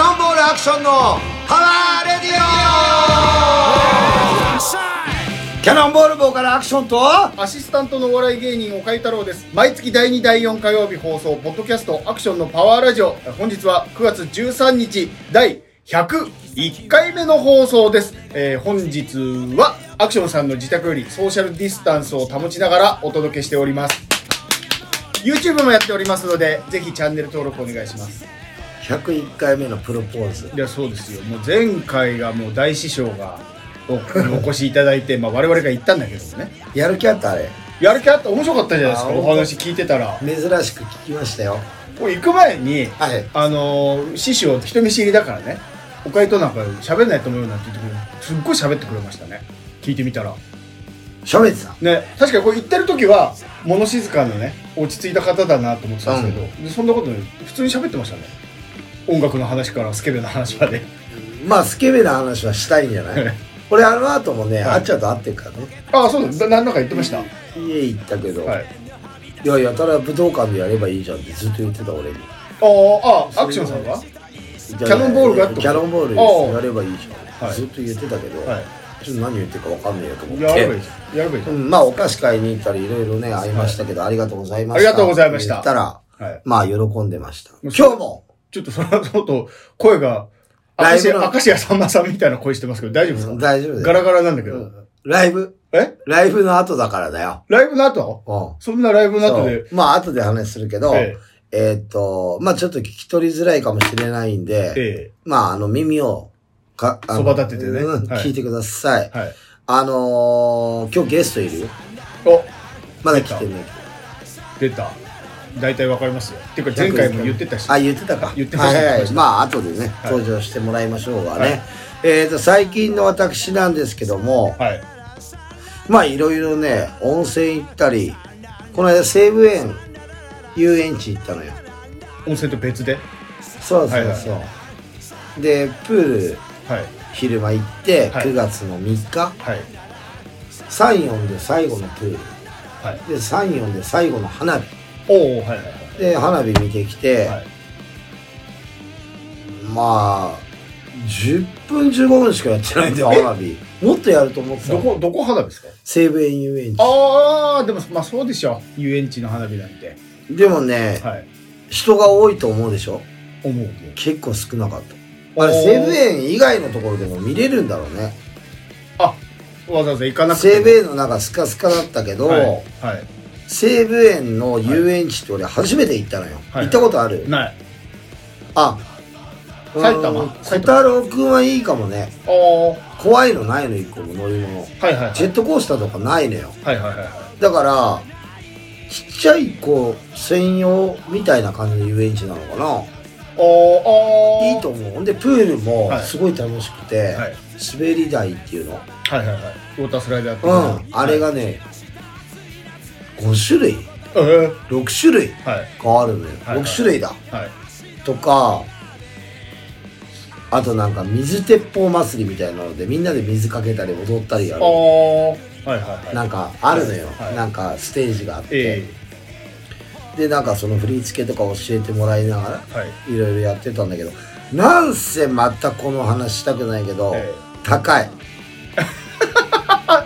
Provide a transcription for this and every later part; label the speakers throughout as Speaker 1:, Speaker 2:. Speaker 1: ションのパワーレディオキャノンボール棒からアクションと
Speaker 2: アシスタントのお笑い芸人岡井太郎です毎月第2第4火曜日放送ポッドキャストアクションのパワーラジオ本日は9月13日第101回目の放送です、えー本日はアクションさんの自宅よりソーシャルディスタンスを保ちながらお届けしております YouTube もやっておりますのでぜひチャンネル登録お願いします
Speaker 1: 101回目のプロポーズ
Speaker 2: いやそうですよもう前回がもう大師匠がお お越しいただいて、まあ、我々が行ったんだけどね
Speaker 1: やる気あったあれ
Speaker 2: やる気あった面白かったじゃないです
Speaker 1: あ
Speaker 2: か
Speaker 1: 本
Speaker 2: お
Speaker 1: 当
Speaker 2: 話聞いてたら
Speaker 1: 珍しく聞きましたよ
Speaker 2: これ行く前に
Speaker 1: はい
Speaker 2: あのー師匠人見知りだからねおかゆとなんか喋んないと思うよなんて言ってくれるすっごい喋ってくれましたね聞いてみたら
Speaker 1: 喋ってた
Speaker 2: ね確かにこれ行ってる時は物静かなね落ち着いた方だなと思ってたんですけど、でそんなことない普通に喋ってましたね音楽の話からスケベの話まで
Speaker 1: まあスケベな話はしたいんじゃ ない俺あの後もね、
Speaker 2: はい
Speaker 1: あっちゃんと会ってるからね
Speaker 2: ああそうなんだ何だか言ってました、
Speaker 1: 家行ったけど、、
Speaker 2: はいい
Speaker 1: ややたら武道館でやればいいじゃんってずっと言ってた俺に
Speaker 2: ああ、アクションさんが
Speaker 1: キャ
Speaker 2: ノンボールがってこと
Speaker 1: キャノンボール
Speaker 2: ああ
Speaker 1: やればいいじゃん、
Speaker 2: はい
Speaker 1: ずっと言ってたけど、
Speaker 2: はい
Speaker 1: ちょっと何言ってるか分かんねえよと思って
Speaker 2: やればいいじゃん。やればいいじ
Speaker 1: う
Speaker 2: ゃん。
Speaker 1: ん、まあお菓子買いに行ったりいろいろね会いましたけど、ありがとうございました
Speaker 2: ありがとうございました
Speaker 1: 言ったら
Speaker 2: はい。
Speaker 1: まあ喜んでました
Speaker 2: う
Speaker 1: 今
Speaker 2: そ
Speaker 1: 日も
Speaker 2: ちょっとその後、声が、明
Speaker 1: ライ
Speaker 2: 石
Speaker 1: ブの
Speaker 2: 家、明石家さんまさんみたいな声してますけど、大丈夫ですか
Speaker 1: 大丈夫だ
Speaker 2: ガ
Speaker 1: よ
Speaker 2: ラガラなんだけど。
Speaker 1: ライブ
Speaker 2: え
Speaker 1: ライブの後だからだよ
Speaker 2: ライブの後
Speaker 1: うん
Speaker 2: そんなライブの後
Speaker 1: そう
Speaker 2: で。
Speaker 1: まあ後で話するけど、
Speaker 2: え
Speaker 1: えーっと、まあちょっと聞き取りづらいかもしれないんで、
Speaker 2: ええ
Speaker 1: まああの耳をか、あの
Speaker 2: そば立ててね
Speaker 1: うん
Speaker 2: はい
Speaker 1: 聞いてください。
Speaker 2: えはい。
Speaker 1: あのー、今日ゲストいるよ。
Speaker 2: お、
Speaker 1: まだ来てないけ
Speaker 2: 出た。大体わかりますよ。ていうか前回も言ってたし
Speaker 1: ど。。あ、言ってたか。
Speaker 2: 言ってました
Speaker 1: はいはいは
Speaker 2: 言ってま
Speaker 1: い。
Speaker 2: した
Speaker 1: まあ後でね、
Speaker 2: はい
Speaker 1: 登場してもらいましょうがね。
Speaker 2: はい
Speaker 1: えーっと、最近の私なんですけども、
Speaker 2: はい。
Speaker 1: まあいろいろね、温泉行ったり、この間西武園遊園地行ったのよ。
Speaker 2: 温泉と別で。は
Speaker 1: そうそうそう。
Speaker 2: はいは
Speaker 1: で、プール、
Speaker 2: い。
Speaker 1: 昼間行って、
Speaker 2: はい
Speaker 1: 9月の3日
Speaker 2: はい。
Speaker 1: 34で最後のプール
Speaker 2: はい。
Speaker 1: で34で最後の花火
Speaker 2: おおはいはい
Speaker 1: で花火見てきて、
Speaker 2: はい。はい。
Speaker 1: まあ10分15分しかやってないんだよ
Speaker 2: え
Speaker 1: 花火もっとやると思ってた
Speaker 2: どこ、どこ花ですか
Speaker 1: 西武園遊園地
Speaker 2: ああ、でも、まあそうでしょ。遊園地の花火なんて。
Speaker 1: でもね、
Speaker 2: はい。
Speaker 1: 人が多いと思うでしょ
Speaker 2: 思う。
Speaker 1: 結構少なかったあれ西武園以外のところでも見れるんだろうね
Speaker 2: あ、わざわざ行かなくても。
Speaker 1: 西武園の中スカスカだったけど、
Speaker 2: はい、は
Speaker 1: 西武園の遊園地って俺初めて行ったのよ、
Speaker 2: はい
Speaker 1: 行ったことある、
Speaker 2: い。ない。
Speaker 1: あ
Speaker 2: 埼玉
Speaker 1: うん小
Speaker 2: 埼玉
Speaker 1: 太郎くんはいいかもね
Speaker 2: ああ、は
Speaker 1: 怖いのないの一個も乗り物
Speaker 2: いはいはい。
Speaker 1: ジェットコースターとかないのよ
Speaker 2: はいはいはいは。
Speaker 1: だからちっちゃい子専用みたいな感じの遊園地なのかない
Speaker 2: おーあー。
Speaker 1: いいと思うほんでプールも
Speaker 2: はい
Speaker 1: すごい楽しくて、
Speaker 2: はい。
Speaker 1: 滑り台っていうの
Speaker 2: はいはいはい。ウォータースライダーって
Speaker 1: う
Speaker 2: い
Speaker 1: ん、
Speaker 2: の
Speaker 1: あれ。がね5種類
Speaker 2: えー
Speaker 1: 6種類
Speaker 2: はい
Speaker 1: 変わるのよ、
Speaker 2: はいはい
Speaker 1: 6種類だ
Speaker 2: はい。
Speaker 1: とかあとなんか水鉄砲祭りみたいなのでみんなで水かけたり踊ったりや
Speaker 2: あ
Speaker 1: る
Speaker 2: ー。はいはいはい。
Speaker 1: なんかあるのよ、
Speaker 2: はい
Speaker 1: なんかステージがあって、
Speaker 2: え
Speaker 1: でなんかその振り付けとか教えてもらいながら
Speaker 2: えはい。
Speaker 1: いろいろやってたんだけどなんせまたこの話したくないけど、
Speaker 2: え
Speaker 1: 高い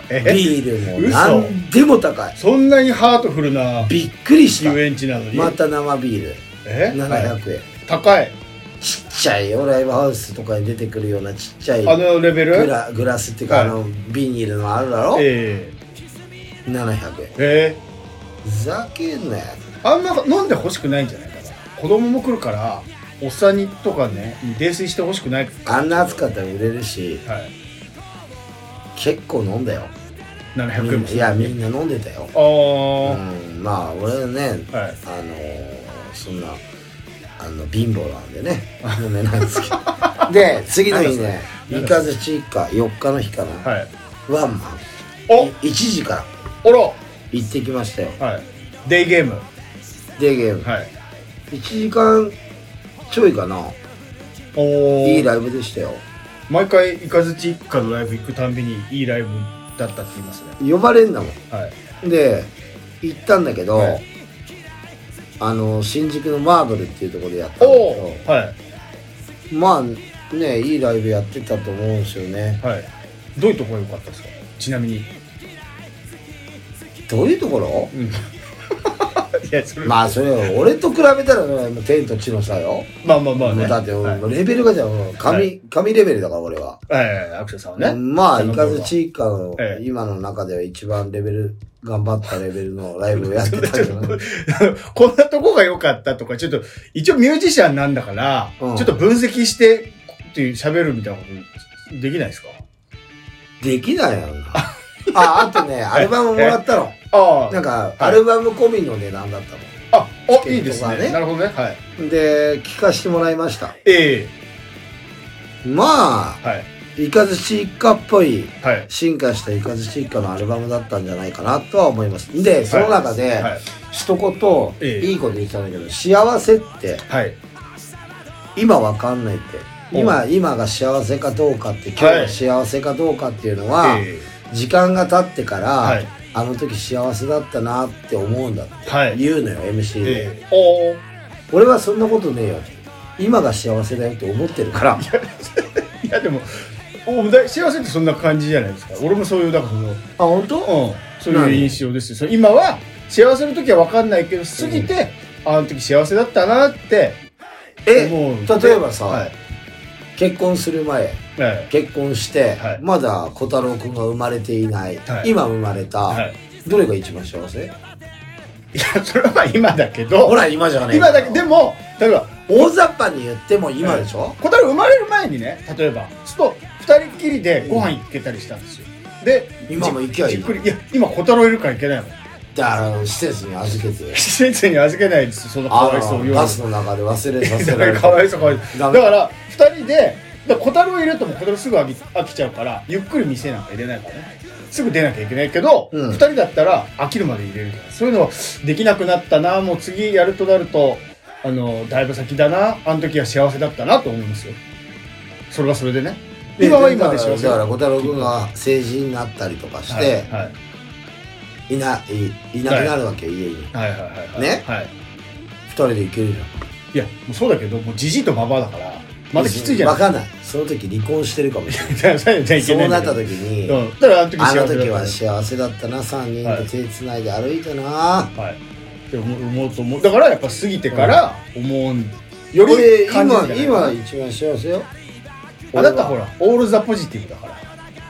Speaker 2: えええ
Speaker 1: ビールも
Speaker 2: 嘘
Speaker 1: 何でも高い
Speaker 2: そんなにハートフルな
Speaker 1: びっくりし
Speaker 2: 遊
Speaker 1: た
Speaker 2: 園地なのに。
Speaker 1: また生ビール
Speaker 2: えはい
Speaker 1: 700円、
Speaker 2: 高い。
Speaker 1: ちっちゃいよライブハウスとかに出てくるようなちっちゃい
Speaker 2: あのレベル
Speaker 1: グラグラスっていうか、
Speaker 2: はい
Speaker 1: あのビニールのあるだろ、
Speaker 2: え
Speaker 1: 700円
Speaker 2: えええ
Speaker 1: ふざけんなよ
Speaker 2: あんま飲んでほしくないんじゃないかな。子供も来るから、おっさんにとかね、泥酔してほしくない。
Speaker 1: あんな暑かったら売れるし
Speaker 2: はい。
Speaker 1: 結構飲んだよ
Speaker 2: 700円も
Speaker 1: いやみんな飲んでたよ、
Speaker 2: あ
Speaker 1: う
Speaker 2: あ、
Speaker 1: ん、まあ俺はね
Speaker 2: はい。
Speaker 1: あのーそんなあの貧乏なんでね 飲めないんですけどで次の日ね
Speaker 2: なん
Speaker 1: 三
Speaker 2: だ
Speaker 1: 日月か4日の日かな、
Speaker 2: はい。
Speaker 1: ワンマン
Speaker 2: お
Speaker 1: い1時から
Speaker 2: おろ
Speaker 1: 行ってきましたよ
Speaker 2: はい。デイゲーム。
Speaker 1: デーゲーム
Speaker 2: はい。
Speaker 1: 1時間ちょいかな
Speaker 2: おお。
Speaker 1: いいライブでしたよ
Speaker 2: 毎回、イカズチ一家のライブ行くたんびに、いいライブだったって言いますね。
Speaker 1: 呼ばれんだもん
Speaker 2: はい。
Speaker 1: で行ったんだけど、
Speaker 2: はい
Speaker 1: あの新宿のマーブルっていうところでやったんだ
Speaker 2: おお
Speaker 1: け。
Speaker 2: はい。
Speaker 1: どまあねいいライブやってたと思うんですよね
Speaker 2: はいどういうところが良かったですかちなみに、
Speaker 1: どういうところ
Speaker 2: うん、いやそれま
Speaker 1: まあそれは俺と比べたらねもう天と地の差よ、
Speaker 2: あまあまあ
Speaker 1: も
Speaker 2: ね
Speaker 1: うだって
Speaker 2: はい
Speaker 1: もうレベルがじゃん神,、
Speaker 2: はい
Speaker 1: 神レベルだから俺は、
Speaker 2: ええアクセさんはね、
Speaker 1: まあ
Speaker 2: その
Speaker 1: い
Speaker 2: 頃
Speaker 1: か
Speaker 2: は
Speaker 1: ず地域かの
Speaker 2: ええ
Speaker 1: 今の中では一番レベル頑張ったレベルのライブをやってたけ どね
Speaker 2: こんなとこが良かったとか、ちょっと、一応ミュージシャンなんだから、
Speaker 1: うん
Speaker 2: ちょっと分析して、っていう喋るみたいなことできないですか
Speaker 1: できないやん かああとねアルバムもらったの
Speaker 2: あ
Speaker 1: なんか
Speaker 2: い
Speaker 1: アルバム込みの値段だったの
Speaker 2: あ、あ、いいです
Speaker 1: と
Speaker 2: ね
Speaker 1: かね
Speaker 2: なるほどね。はい。
Speaker 1: で聞かしてもらいました
Speaker 2: え
Speaker 1: まあ
Speaker 2: えはい。
Speaker 1: いかずち一家っぽい
Speaker 2: はい。
Speaker 1: 進化したいかずち一家のアルバムだったんじゃないかなとは思いますでその中で
Speaker 2: はい。
Speaker 1: 一言
Speaker 2: ええ
Speaker 1: いいこと言ってたんだけど幸せって
Speaker 2: はい。
Speaker 1: 今わかんないって今今が幸せかどうかって今日
Speaker 2: は
Speaker 1: が
Speaker 2: い
Speaker 1: 幸せかどうかっていうのは
Speaker 2: え
Speaker 1: 時間が経ってから、
Speaker 2: はい
Speaker 1: あの時幸せだったなって思うんだって
Speaker 2: えはい。
Speaker 1: 言うのよ MC で、
Speaker 2: ええおー
Speaker 1: 俺はそんなことねえよ今が幸せだよって思ってるから
Speaker 2: いや、でも、おだ幸せってそんな感じじゃないですか。俺もそういう、だからその、うん、
Speaker 1: あ本当
Speaker 2: そういう印象ですよ。それ今は、幸せの時は分かんないけど、過ぎて、あの時幸せだったなって
Speaker 1: え
Speaker 2: 思うんで。
Speaker 1: 例えばさ
Speaker 2: はい。
Speaker 1: 結婚する前
Speaker 2: はい。
Speaker 1: 結婚して、
Speaker 2: はい
Speaker 1: まだ小太郎くんが生まれていない、
Speaker 2: はい
Speaker 1: 今生まれた、
Speaker 2: はい
Speaker 1: どれが一番幸せ
Speaker 2: いや、それはまあ今だけど、
Speaker 1: ほら今じゃねえ
Speaker 2: 今だけ、でも、例えば、
Speaker 1: 大雑把に言っても今でしょ、
Speaker 2: 小太郎生まれる前にね、例えば、ちょっと二人っきりでご飯行けたりしたんですよ。で、
Speaker 1: 今も行きゃいい
Speaker 2: じっくり、いや、今小太郎いるから行けないもん。
Speaker 1: だから施設に預け て
Speaker 2: 施設に預けないですよ、そのか
Speaker 1: あ
Speaker 2: わいそう
Speaker 1: の
Speaker 2: よ。
Speaker 1: バスの中で忘れさせ
Speaker 2: だ
Speaker 1: ら
Speaker 2: か
Speaker 1: れ
Speaker 2: ら
Speaker 1: る
Speaker 2: かわいそう、かわいそう。
Speaker 1: ダ
Speaker 2: だ
Speaker 1: メ
Speaker 2: から、二人で、だから小太郎いるともう小太郎すぐ飽き飽きちゃうから、ゆっくり店なんか入れないからね。すぐ出なきゃいけないけど、二、
Speaker 1: うん
Speaker 2: 人だったら飽きるまで入れるから。そういうのはできなくなったな、もう次やるとなると、あの、だいぶ先だな、あの時は幸せだったなと思いますよ。それはそれでね。
Speaker 1: で
Speaker 2: 今は今で
Speaker 1: だ
Speaker 2: 幸
Speaker 1: から
Speaker 2: せ
Speaker 1: だから小太郎くんが成人になったりとかして、
Speaker 2: はいはい
Speaker 1: いないいなくなるわけよ、家に
Speaker 2: はいはいはいはい。
Speaker 1: ね
Speaker 2: はい。
Speaker 1: 二人で行けるじゃん
Speaker 2: いや、もうそうだけど、もうじじいとばばあだから、まだきついじゃな
Speaker 1: わ
Speaker 2: い
Speaker 1: かんないその時離婚してるかもしれない
Speaker 2: じゃあ、じゃあいけないんだけど
Speaker 1: そうなった時に、
Speaker 2: うん。だからあの時幸
Speaker 1: あの
Speaker 2: せだった
Speaker 1: 時
Speaker 2: ね
Speaker 1: は幸せだったな3人で手つないで歩いたな、
Speaker 2: はい。って思う思うと思う。だからやっぱ過ぎてから思うん。よ
Speaker 1: 俺
Speaker 2: り感じるん
Speaker 1: 今
Speaker 2: じゃないかな
Speaker 1: 今一番幸せよ
Speaker 2: あなたほら、オールザポジティブだから。
Speaker 1: 俺は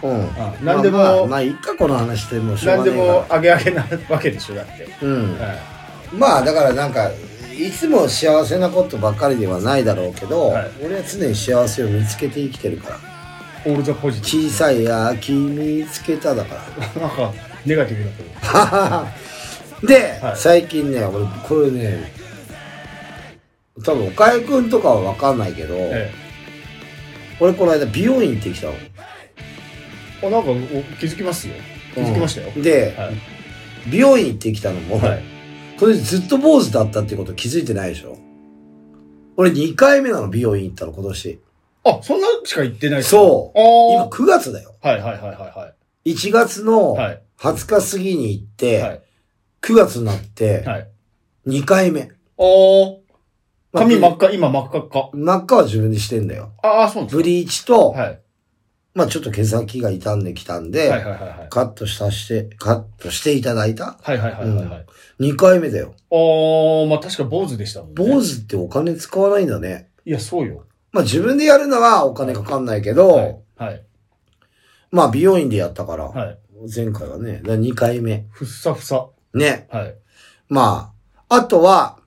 Speaker 2: う
Speaker 1: うんん
Speaker 2: 何でも
Speaker 1: まあまあまあいっかこの話でもうしょう
Speaker 2: 何
Speaker 1: が
Speaker 2: で
Speaker 1: ない
Speaker 2: も
Speaker 1: か
Speaker 2: あげあげなわけでしょ、だって。
Speaker 1: らうん
Speaker 2: は
Speaker 1: まあだからなんかいつも幸せなことばっかりではないだろうけど、
Speaker 2: はい
Speaker 1: 俺は常に幸せを見つけて生きてるから
Speaker 2: い。オールザポジテ
Speaker 1: 小
Speaker 2: ィ
Speaker 1: さい秋見つけただか
Speaker 2: ブ。なんか、ネガティブだけど。
Speaker 1: ら で、
Speaker 2: はい
Speaker 1: 最近ね俺これね多分岡井くんとかは分かんないけど、
Speaker 2: え
Speaker 1: 俺この間美容院行ってきたの
Speaker 2: え。あ、なんかお気づきますよ。気づきましたよ。
Speaker 1: で、
Speaker 2: はい。
Speaker 1: 美容院行ってきたのも、
Speaker 2: はい。
Speaker 1: これずっと坊主だったってこと気づいてないでしょ俺2回目なの美容院行ったの今年
Speaker 2: あ、そんなしか言ってない。
Speaker 1: そう
Speaker 2: あ
Speaker 1: 今9月だよ
Speaker 2: あ。はいはいはいは
Speaker 1: 1月の
Speaker 2: いはい。はい。
Speaker 1: 20日過ぎに行って、
Speaker 2: はい
Speaker 1: 9月になって
Speaker 2: はい。
Speaker 1: 2回目、
Speaker 2: おー。
Speaker 1: まあ
Speaker 2: 髪真っ赤、今真っ赤っか。
Speaker 1: 真っ赤は自分でしてんだよ
Speaker 2: ああ、そうなん
Speaker 1: ブ
Speaker 2: です
Speaker 1: リーチと、
Speaker 2: か。はい。
Speaker 1: まあちょっと毛先が傷んできたんで、
Speaker 2: はいはいはいはい。
Speaker 1: カットしたしてカットしていただいた
Speaker 2: はいはいはいはいはい。
Speaker 1: 2回目だよ
Speaker 2: ああ、まあ確か坊主でしたもんね。
Speaker 1: 坊主ってお金使わないんだね
Speaker 2: いや、そうよ。
Speaker 1: まあ自分でやるのはお金かかんないけど、
Speaker 2: はい。はい。
Speaker 1: まあ美容院でやったから、
Speaker 2: はい。
Speaker 1: 前回はね、だから2回目。
Speaker 2: ふっさふさ。
Speaker 1: ね。
Speaker 2: はい。
Speaker 1: まあ、あとは、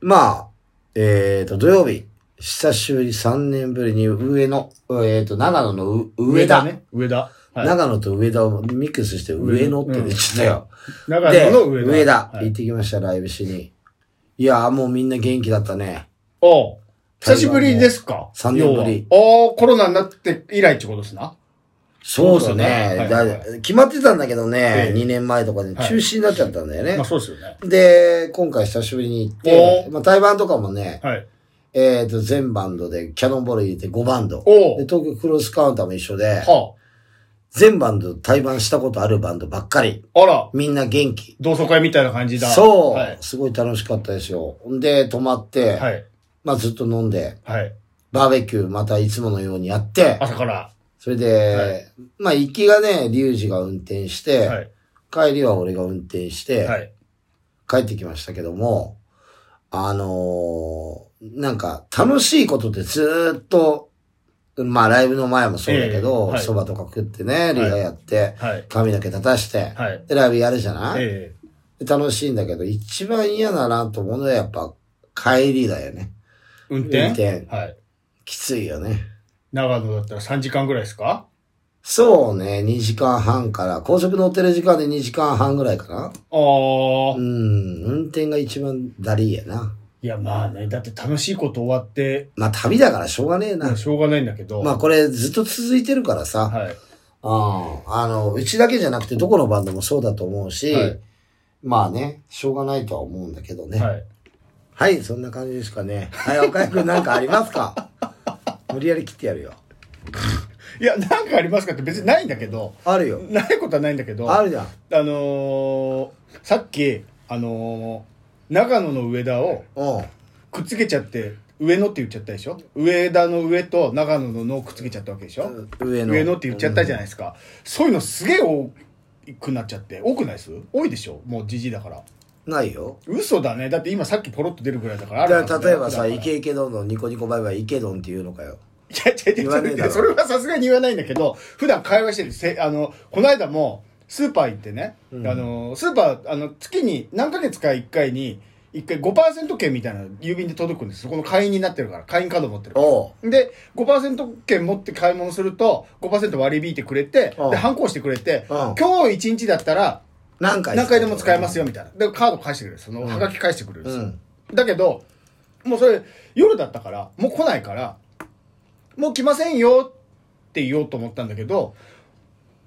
Speaker 1: まあ、えっ、と、土曜日、久しぶり3年ぶりに上野、えっ、と、長野のう上田。
Speaker 2: ね。上田。はい。
Speaker 1: 長野と上田をミックスして上野って言っちゃったよ。
Speaker 2: 長
Speaker 1: で、
Speaker 2: 野の上田。
Speaker 1: 上田、
Speaker 2: はい
Speaker 1: 行ってきました、ライブしに。いやーもうみんな元気だったね。
Speaker 2: おう久しぶりですか
Speaker 1: 三年ぶり。
Speaker 2: 要はああ、コロナになって以来ってことですな。
Speaker 1: そうだ
Speaker 2: は
Speaker 1: ね
Speaker 2: い。
Speaker 1: だ決まってたんだけどね
Speaker 2: え、え
Speaker 1: 2年前とかで中止になっちゃったんだよね。
Speaker 2: まあそうですよね。
Speaker 1: で、今回久しぶりに行って、まあ、対バンとかもね、
Speaker 2: はい。
Speaker 1: えっ、と、全バンドでキャノンボール入れて5バンド。で、
Speaker 2: おう
Speaker 1: 東京クロスカウンターも一緒で、
Speaker 2: は
Speaker 1: 全バンド対バンしたことあるバンドばっかり。
Speaker 2: あ。あら、
Speaker 1: みんな元気。
Speaker 2: 同窓会みたいな感じだ。
Speaker 1: そう、
Speaker 2: はい。
Speaker 1: すごい楽しかったですよ。んで、泊まって、
Speaker 2: はい。
Speaker 1: まあずっと飲んで、
Speaker 2: はい。
Speaker 1: バーベキューまたいつものようにやって、
Speaker 2: 朝から。
Speaker 1: それで、
Speaker 2: はい
Speaker 1: まあ行きがね、リュウジが運転して、
Speaker 2: はい。
Speaker 1: 帰りは俺が運転して、
Speaker 2: はい。
Speaker 1: 帰ってきましたけども、あのーなんか楽しいことってずーっと、まあライブの前もそうだけ
Speaker 2: ええ
Speaker 1: ど
Speaker 2: は、い
Speaker 1: そば、とか食ってね、リハやって、
Speaker 2: はい。
Speaker 1: 髪の毛立たして、
Speaker 2: はい。
Speaker 1: でライブやるじゃない、
Speaker 2: え
Speaker 1: で楽しいんだけど、一番嫌だなと思うのはやっぱ帰りだよね。
Speaker 2: え運
Speaker 1: 運
Speaker 2: 転
Speaker 1: 転。
Speaker 2: はい。
Speaker 1: きついよね。
Speaker 2: 長野だったら3時間ぐらいですか
Speaker 1: そうね、2時間半から、高速乗ってる時間で2時間半ぐらいかな。
Speaker 2: ああ
Speaker 1: う。ん、運転が一番だりーやな。
Speaker 2: いや、まあね、だって楽しいこと終わって、
Speaker 1: まあ旅だからしょうがねえな。
Speaker 2: しょうがないんだけど。
Speaker 1: まあこれずっと続いてるからさ、
Speaker 2: は
Speaker 1: う
Speaker 2: い。
Speaker 1: ん、あの、うちだけじゃなくてどこのバンドもそうだと思うし、
Speaker 2: はい
Speaker 1: まあね、しょうがないとは思うんだけどね。はい、
Speaker 2: はい。
Speaker 1: そんな感じですかね。はい、岡井くんなんかあります か無理やり切ってやるよ。
Speaker 2: いや、なんかありますかって別にないんだけど、
Speaker 1: あるよ。
Speaker 2: ないことはないんだけど、
Speaker 1: あるじゃん。
Speaker 2: あのーさっき、あのー長野の上田を
Speaker 1: うん。
Speaker 2: くっつけちゃって、上野って言っちゃったでしょ上田の上と長野の野をくっつけちゃったわけでしょ
Speaker 1: 上の。
Speaker 2: 上野って言っちゃったじゃないですか。そういうのすげえ多くなっちゃって。多くないです多いでしょもうじじいだから。
Speaker 1: ないよ。
Speaker 2: 嘘だね。だって今さっきポロッと出るぐらいだからあ
Speaker 1: だ
Speaker 2: るはず
Speaker 1: か
Speaker 2: だ
Speaker 1: ら
Speaker 2: よ
Speaker 1: 例えばさ、
Speaker 2: 普段
Speaker 1: イ
Speaker 2: から
Speaker 1: ケイケどんどんニコニコバイバイイケどんっていうのかよ。
Speaker 2: いや、違う違
Speaker 1: 言
Speaker 2: う
Speaker 1: わ
Speaker 2: そ
Speaker 1: ねえ
Speaker 2: れい
Speaker 1: だろ
Speaker 2: やそれはさすがに言わないんだけど、普段会話してるせ、あの、この間も、スーパー行ってね、
Speaker 1: うん
Speaker 2: あの、スーパー、あの、月に何ヶ月か1回に、1回5%券みたいなの郵便で届くんですそこの会員になってるから、会員カード持ってるから。
Speaker 1: おう。
Speaker 2: で、5%券持って買い物すると、5%割り引いてくれて、
Speaker 1: うん
Speaker 2: で、反抗してくれて、
Speaker 1: うん
Speaker 2: 今日1日だったら、
Speaker 1: 何回
Speaker 2: 何回でも使えます
Speaker 1: よ。
Speaker 2: よ、みたいな。で、カード返してくれる。その、はがき返してくれるんで
Speaker 1: う
Speaker 2: すよ。
Speaker 1: ん。
Speaker 2: だけど、もうそれ、夜だったから、もう来ないから、もう来ませんよって言おうと思ったんだけど、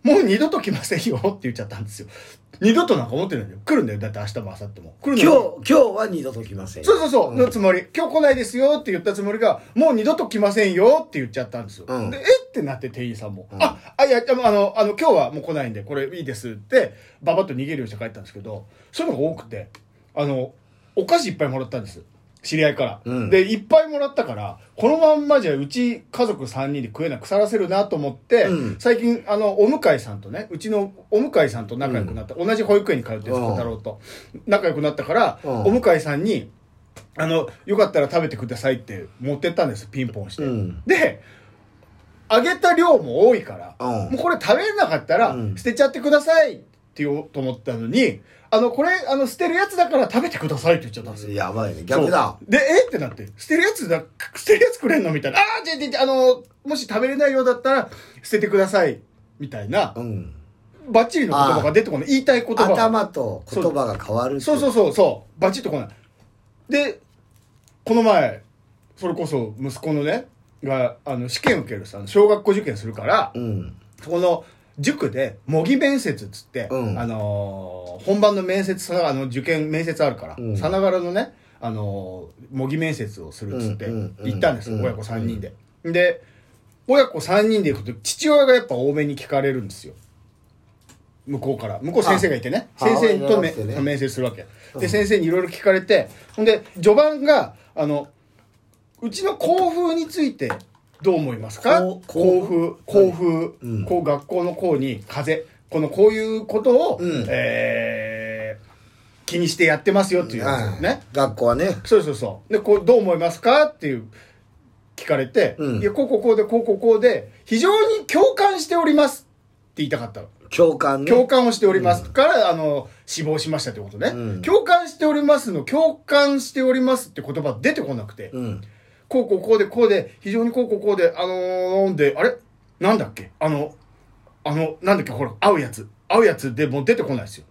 Speaker 2: もう二度と来ませんよって言っちゃったんですよ。二度となんか思ってないんだよ。来るんだよ。だって明日も明後日も。来る
Speaker 1: 今
Speaker 2: の
Speaker 1: 日、
Speaker 2: に
Speaker 1: 今日は二度と来ませんよ。
Speaker 2: そうそうそう、
Speaker 1: うん
Speaker 2: のつもり。今日来ないですよって言ったつもりが、もう二度と来ませんよって言っちゃったんですよ。
Speaker 1: うん
Speaker 2: で、えってなって店員さんも。
Speaker 1: うん
Speaker 2: あ、あ、いや、でもあの、あの、今日はもう来ないんで、これいいですって、ババッと逃げるようにして帰ったんですけど、そういうのが多くて、あの、お菓子いっぱいもらったんです。知り合いから、
Speaker 1: うん
Speaker 2: で、いっぱいもらったから、このまんまじゃうち家族3人で食えなく腐らせるなと思って、
Speaker 1: うん
Speaker 2: 最近、あの、お向かいさんとね、うちのお向かいさんと仲良くなった、同じ保育園に通ってる
Speaker 1: うん
Speaker 2: 太郎と、仲良くなったから、
Speaker 1: うん
Speaker 2: お向かいさんに、あの、よかったら食べてくださいって持ってったんです、ピンポンして。
Speaker 1: うん
Speaker 2: で、あげた量も多いから、
Speaker 1: うん
Speaker 2: もうこれ食べれなかったら
Speaker 1: うん
Speaker 2: 捨てちゃってくださいって言おうと思ったのに、あの、これ、あの、捨てるやつだから食べてくださいって言っちゃったんですよ。
Speaker 1: やばいね。逆だ
Speaker 2: そ。うで、えってなって、捨てるやつだ、捨てるやつくれんのみたいな。ああ、じゃあじゃあじゃあ、あの、もし食べれないようだったら捨ててください。みたいな
Speaker 1: う、ん。
Speaker 2: バッチリの言葉が出てこない。言いたい言葉が。
Speaker 1: 頭と言葉が変わるってい
Speaker 2: そうそうそうそうバチッと来ないでこの前それこそ息子のねがあの試験受けるさ小学校受験するから
Speaker 1: うん。
Speaker 2: そこの塾で模擬面接っつって、
Speaker 1: うん
Speaker 2: あのー本番の面接さあの受験面接あるから、
Speaker 1: うん
Speaker 2: さながらのね、あのー模擬面接をするっつって
Speaker 1: うんうんうん
Speaker 2: 行ったんですよ、
Speaker 1: うん
Speaker 2: 親子3人で、で親子3人で行くと父親がやっぱ多めに聞かれるんですよ向こうから向こう先生がいてね
Speaker 1: はい
Speaker 2: 先生と
Speaker 1: 母親
Speaker 2: め
Speaker 1: がいてね
Speaker 2: 面接するわけ
Speaker 1: うん
Speaker 2: で先生にいろいろ聞かれてほんで序盤があのうちの校風についてどう思いますか
Speaker 1: 校
Speaker 2: 校風校風、
Speaker 1: うん
Speaker 2: こう学校の校に風このこういうことを、
Speaker 1: うん
Speaker 2: えー気にしてやってますよっていうやつですよね、
Speaker 1: うん学校はね。
Speaker 2: そうそうそうでこうどう思いますかっていう聞かれて、
Speaker 1: うん
Speaker 2: いやこうこうこうでこうこうこうで非常に共感しておりますって言いたかったの
Speaker 1: 共感ね。
Speaker 2: 共感をしておりますから、あの死亡しましたってことね、
Speaker 1: うん
Speaker 2: 共感しておりますの共感しておりますって言葉出てこなくて、
Speaker 1: うん。
Speaker 2: こうこうこうでこうで、非常にこうこうこうで、あのー、で、あれなんだっけあの、あの、なんだっけほら、合うやつ。合うやつでもう出てこないですよ。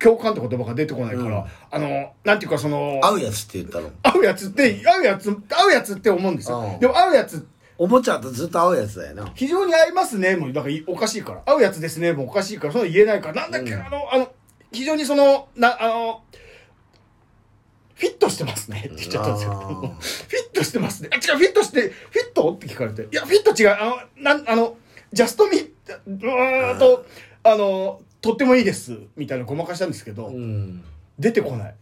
Speaker 2: 共感って言葉が出てこないか
Speaker 1: う
Speaker 2: ら、
Speaker 1: ん
Speaker 2: あの、なんていうかその、
Speaker 1: 合うやつって言ったの。
Speaker 2: 合うやつって、合うやつ、合うやつって思うんですよ。
Speaker 1: うん
Speaker 2: でも合うやつ、
Speaker 1: おもちゃとずっと合うやつだよな。
Speaker 2: 非常に合いますね、もう、だからいおかしいから。合うやつですね、もうおかしいから、それ言えないから、なんだっけ、
Speaker 1: うん
Speaker 2: あの、あの、非常にその、な、あの、フィットしてますねって言っちゃったんですよ。
Speaker 1: あー
Speaker 2: フィットしてますね。あ、違う、フィットして、フィットって聞かれて。いや、フィット違う。あの、なん、あの、ジャストミー、うーんと、あの、とってもいいです。みたいなごまかしたんですけど、
Speaker 1: うん。
Speaker 2: 出てこない。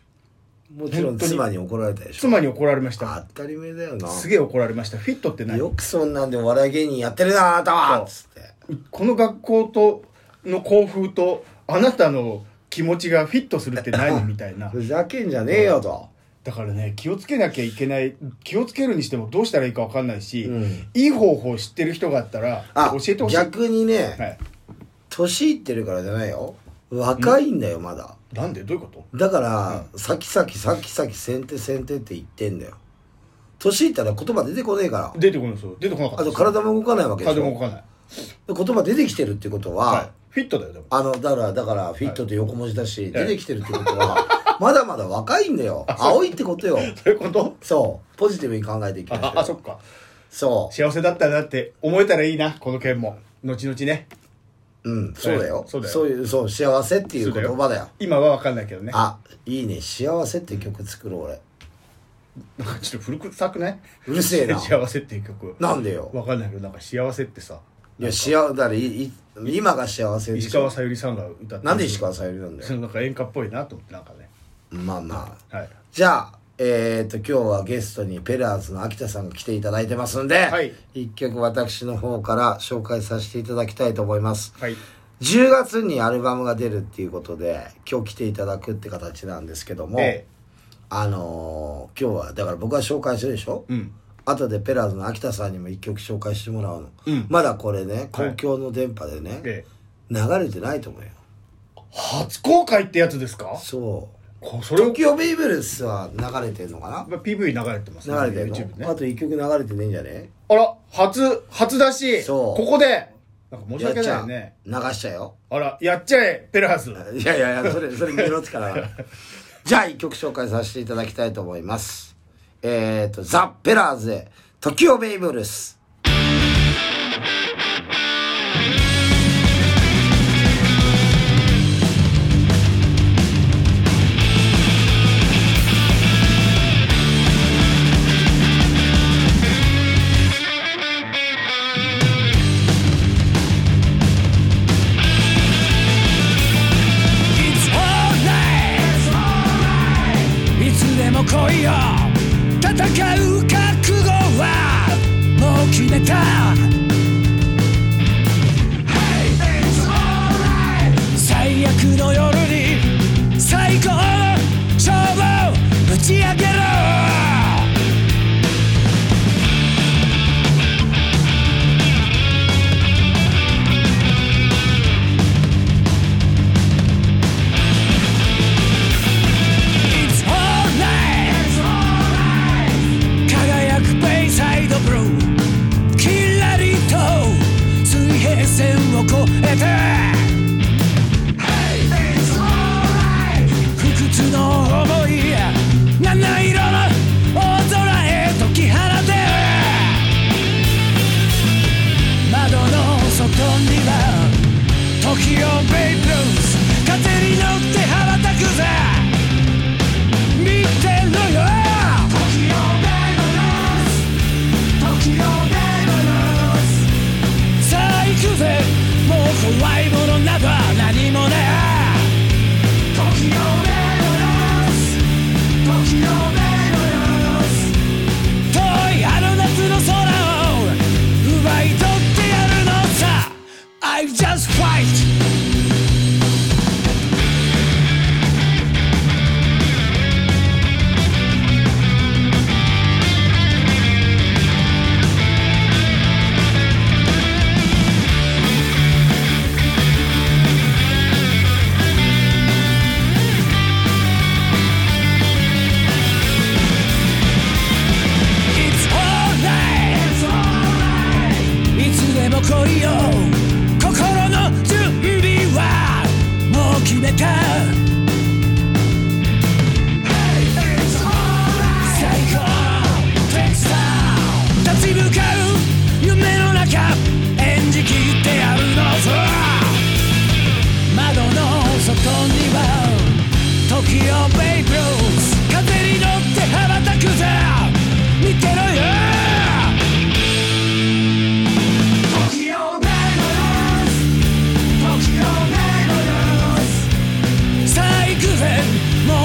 Speaker 1: もちろん
Speaker 2: 本当に
Speaker 1: 妻に怒られたでしょ。
Speaker 2: 妻に怒られました。
Speaker 1: 当たり前だよな。
Speaker 2: すげえ怒られました。フィットって何
Speaker 1: よくそんなんでお笑い芸人やってるな、あなたはつって。
Speaker 2: この学校との校風とあなたの気持ちがフィットするっ て何みたいな
Speaker 1: ふざけんじゃねえよと。
Speaker 2: だからね気をつけなきゃいけない気をつけるにしてもどうしたらいいか分かんないし、
Speaker 1: うん
Speaker 2: いい方法を知ってる人があったら
Speaker 1: あ、
Speaker 2: 教えてほしい、は
Speaker 1: 逆にね、
Speaker 2: い、
Speaker 1: 年いってるからじゃないよ。若いんだよ、まだ。
Speaker 2: なんでどういうこと
Speaker 1: だから、先々先々先手先手って言ってんだよ。年いったら言葉出てこねえから。
Speaker 2: 出てこないですよ出てこなかった
Speaker 1: あ
Speaker 2: で
Speaker 1: と
Speaker 2: す
Speaker 1: 体も動かないわけでし
Speaker 2: 体
Speaker 1: ょ。
Speaker 2: も動かない、
Speaker 1: 言葉出てきてるってことは、
Speaker 2: はい、フィットだよでも
Speaker 1: あの、だから、だから、フィットって横文字だし、
Speaker 2: はい
Speaker 1: 出てきてるってことは、 まだまだ若いんだよ。青いってことよ。
Speaker 2: そういうこと
Speaker 1: そう。ポジティブに考えていきましょ
Speaker 2: あ
Speaker 1: う。
Speaker 2: あそっか
Speaker 1: そ
Speaker 2: 幸せだったなって思えたらいいなこの件も後々ね
Speaker 1: う。うん、そうだよ。
Speaker 2: そうだよ
Speaker 1: そういう、そう、幸せっていう言葉だよ。
Speaker 2: 今は分かんないけどね
Speaker 1: あ、いいね。幸せって曲作ろう、俺。
Speaker 2: なんかちょっと古臭くないう
Speaker 1: るせえな。
Speaker 2: 幸せっていう曲
Speaker 1: なんでよ。
Speaker 2: わかんないけどなんか幸せってさ
Speaker 1: いや、幸せ、だからいい、今が幸せでし
Speaker 2: 石
Speaker 1: ょ
Speaker 2: 川さゆりさんが歌って
Speaker 1: なんで石川さゆりなんだ
Speaker 2: さ
Speaker 1: よ。
Speaker 2: んなんか演歌っぽいなと思ってなんかね
Speaker 1: まあまあ。
Speaker 2: はい
Speaker 1: じゃあ、えっ、と、今日はゲストにペラーズの秋田さんが来ていただいてますんで、
Speaker 2: はい
Speaker 1: 一曲私の方から紹介させていただきたいと思います。
Speaker 2: はい
Speaker 1: 10月にアルバムが出るっていうことで、今日来ていただくって形なんですけども、
Speaker 2: え
Speaker 1: あのー今日は、だから僕が紹介するでしょ、
Speaker 2: うん
Speaker 1: 後でペラーズの秋田さんにも一曲紹介してもらうの。
Speaker 2: うん
Speaker 1: まだこれね、公共の電波でね、
Speaker 2: え
Speaker 1: 流れてないと思うよ。
Speaker 2: 初公開ってやつですか
Speaker 1: そう。
Speaker 2: こそれを
Speaker 1: 東京ベイブルスは流れてんのかな
Speaker 2: まあ PV 流れてます
Speaker 1: 流れてん
Speaker 2: YouTube
Speaker 1: の、
Speaker 2: ね
Speaker 1: あと一曲流れてねえんじゃね
Speaker 2: あら初初だし
Speaker 1: そ
Speaker 2: こ
Speaker 1: う
Speaker 2: こでなんか申し
Speaker 1: やっ
Speaker 2: 訳
Speaker 1: ち
Speaker 2: ない
Speaker 1: ゃ
Speaker 2: よ
Speaker 1: う
Speaker 2: ね
Speaker 1: 流しちゃうよ。
Speaker 2: あらやっちゃえペラーズ
Speaker 1: いやいやいや、それ、それ、メロツからな。じゃあ、一曲紹介させていただきたいと思います。えっ、ー、と、ザ・ペラーズで、時をベイブルース。
Speaker 3: It's alright いつでも来いよ戦う覚悟はもう決めた Hey, it's alright 最悪の夜に最高の勝負ぶち上げろ「It's alright」「輝くベイサイドブルー」「キラリ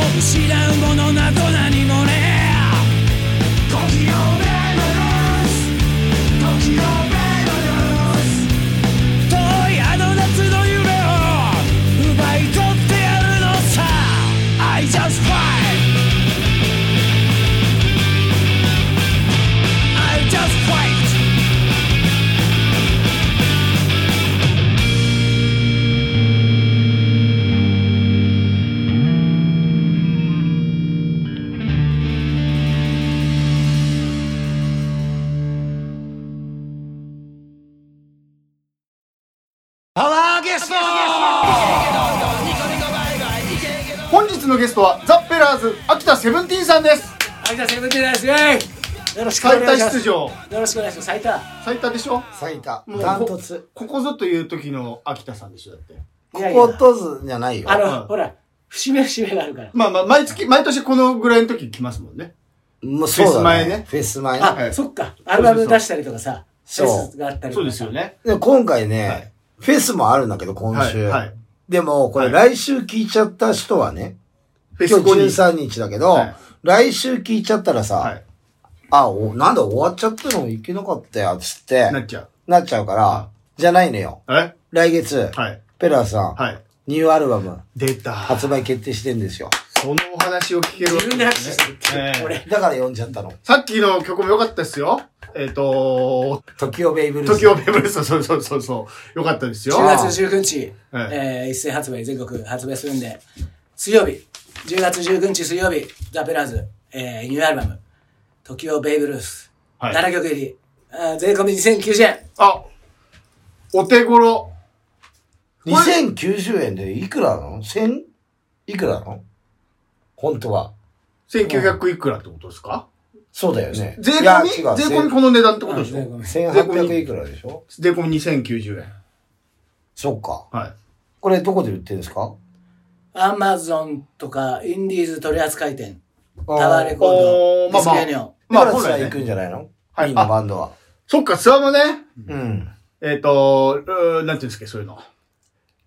Speaker 3: など何もねえ時をベロ時をベロ遠いあの夏の夢を奪い取ってやるのさ I just fight I just fight
Speaker 1: パワーゲスト
Speaker 2: 本日のゲストはザ・ペラーズ秋田セブンティーンさんです
Speaker 4: 秋田セブンティーンですイェイよろしくお
Speaker 2: 最
Speaker 4: 願
Speaker 2: 多
Speaker 4: いします
Speaker 2: 出場
Speaker 4: よろしくお願いします最多
Speaker 2: 最多でしょ
Speaker 1: 最多。
Speaker 2: もう
Speaker 1: ダント
Speaker 2: こ
Speaker 1: ツ。
Speaker 2: ここぞという時の秋田さんでしょだって
Speaker 1: こ
Speaker 4: いやい
Speaker 1: こ
Speaker 4: や
Speaker 1: 落とすじゃないよ。
Speaker 4: あ
Speaker 2: うん
Speaker 4: のほら節目節目があるから
Speaker 2: まあまあ毎月毎年このぐらいの時来ますもんね
Speaker 1: もうそうだね。フ
Speaker 2: フ
Speaker 1: ェス前ね。
Speaker 4: あ、
Speaker 2: はい
Speaker 4: そっかアルバム出したりとかさ
Speaker 1: そうそうそう
Speaker 4: フェスがあったり
Speaker 2: そ
Speaker 4: とかさ
Speaker 2: うですよね
Speaker 1: で今回ね、
Speaker 2: はい
Speaker 1: フェスもあるんだけど、今
Speaker 2: はい
Speaker 1: 週。
Speaker 2: はい
Speaker 1: でも、これ
Speaker 2: は
Speaker 1: 来週聞いちゃった人はね、
Speaker 2: フェ
Speaker 1: 今
Speaker 2: ス
Speaker 1: 日
Speaker 2: 後に
Speaker 1: 13日だけど、
Speaker 2: はい
Speaker 1: 来週聞いちゃったらさ、
Speaker 2: はい
Speaker 1: あ、おなんだ終わっちゃったの行けなかったよ、つって、
Speaker 2: なっちゃう
Speaker 1: なっちゃうから、じゃないのよ。
Speaker 2: え
Speaker 1: 来月、
Speaker 2: はい
Speaker 1: ペラーさん、
Speaker 2: はい
Speaker 1: ニューアルバム、
Speaker 2: 出た
Speaker 1: 発売決定してんですよ。
Speaker 2: そのお話を聞ける
Speaker 4: 自分で拍手してる
Speaker 2: ええ
Speaker 4: 俺
Speaker 1: だから読んじゃったの。
Speaker 2: さっきの曲も良かったですよえっ、と
Speaker 1: 時をベイブルース。
Speaker 2: 時をベブルスそうそうそうそう良かったですよ
Speaker 4: 10月19日、
Speaker 2: はい
Speaker 4: えー一斉発売全国発売するんで水曜日10月19日水曜日ザ・ペラーズ、えーニューアルバム「時をベイブルース」
Speaker 2: はい
Speaker 4: 7曲入りあー税込み2090円
Speaker 2: あお手頃
Speaker 1: 2090円でいくらなの ?1000? いくらなの本当は。
Speaker 2: 1900いくらってことですか
Speaker 1: そうだよね。
Speaker 2: 税
Speaker 1: いや
Speaker 2: 込み
Speaker 1: 違
Speaker 2: 税
Speaker 1: う
Speaker 2: 込みこの値段ってことでし
Speaker 4: うん税込
Speaker 2: ょ
Speaker 4: み
Speaker 1: 1800いくらでしょ
Speaker 2: 税込み2090円。
Speaker 1: そっか。
Speaker 2: はい。
Speaker 1: これどこで売ってるんですか
Speaker 4: アマゾンとかインディーズ取扱店
Speaker 1: タ
Speaker 4: タワーレコードディスクユニオン
Speaker 1: ま
Speaker 2: ま
Speaker 1: あ、
Speaker 2: あ
Speaker 1: 本
Speaker 2: 本
Speaker 1: 来
Speaker 2: 来
Speaker 1: 行く
Speaker 2: ね。
Speaker 1: んじゃないの
Speaker 2: はい
Speaker 1: いいのバンドは。
Speaker 2: そっか、ツアーもね、
Speaker 1: うん。
Speaker 2: えっ、と、うーなんていうんですか、そういうの。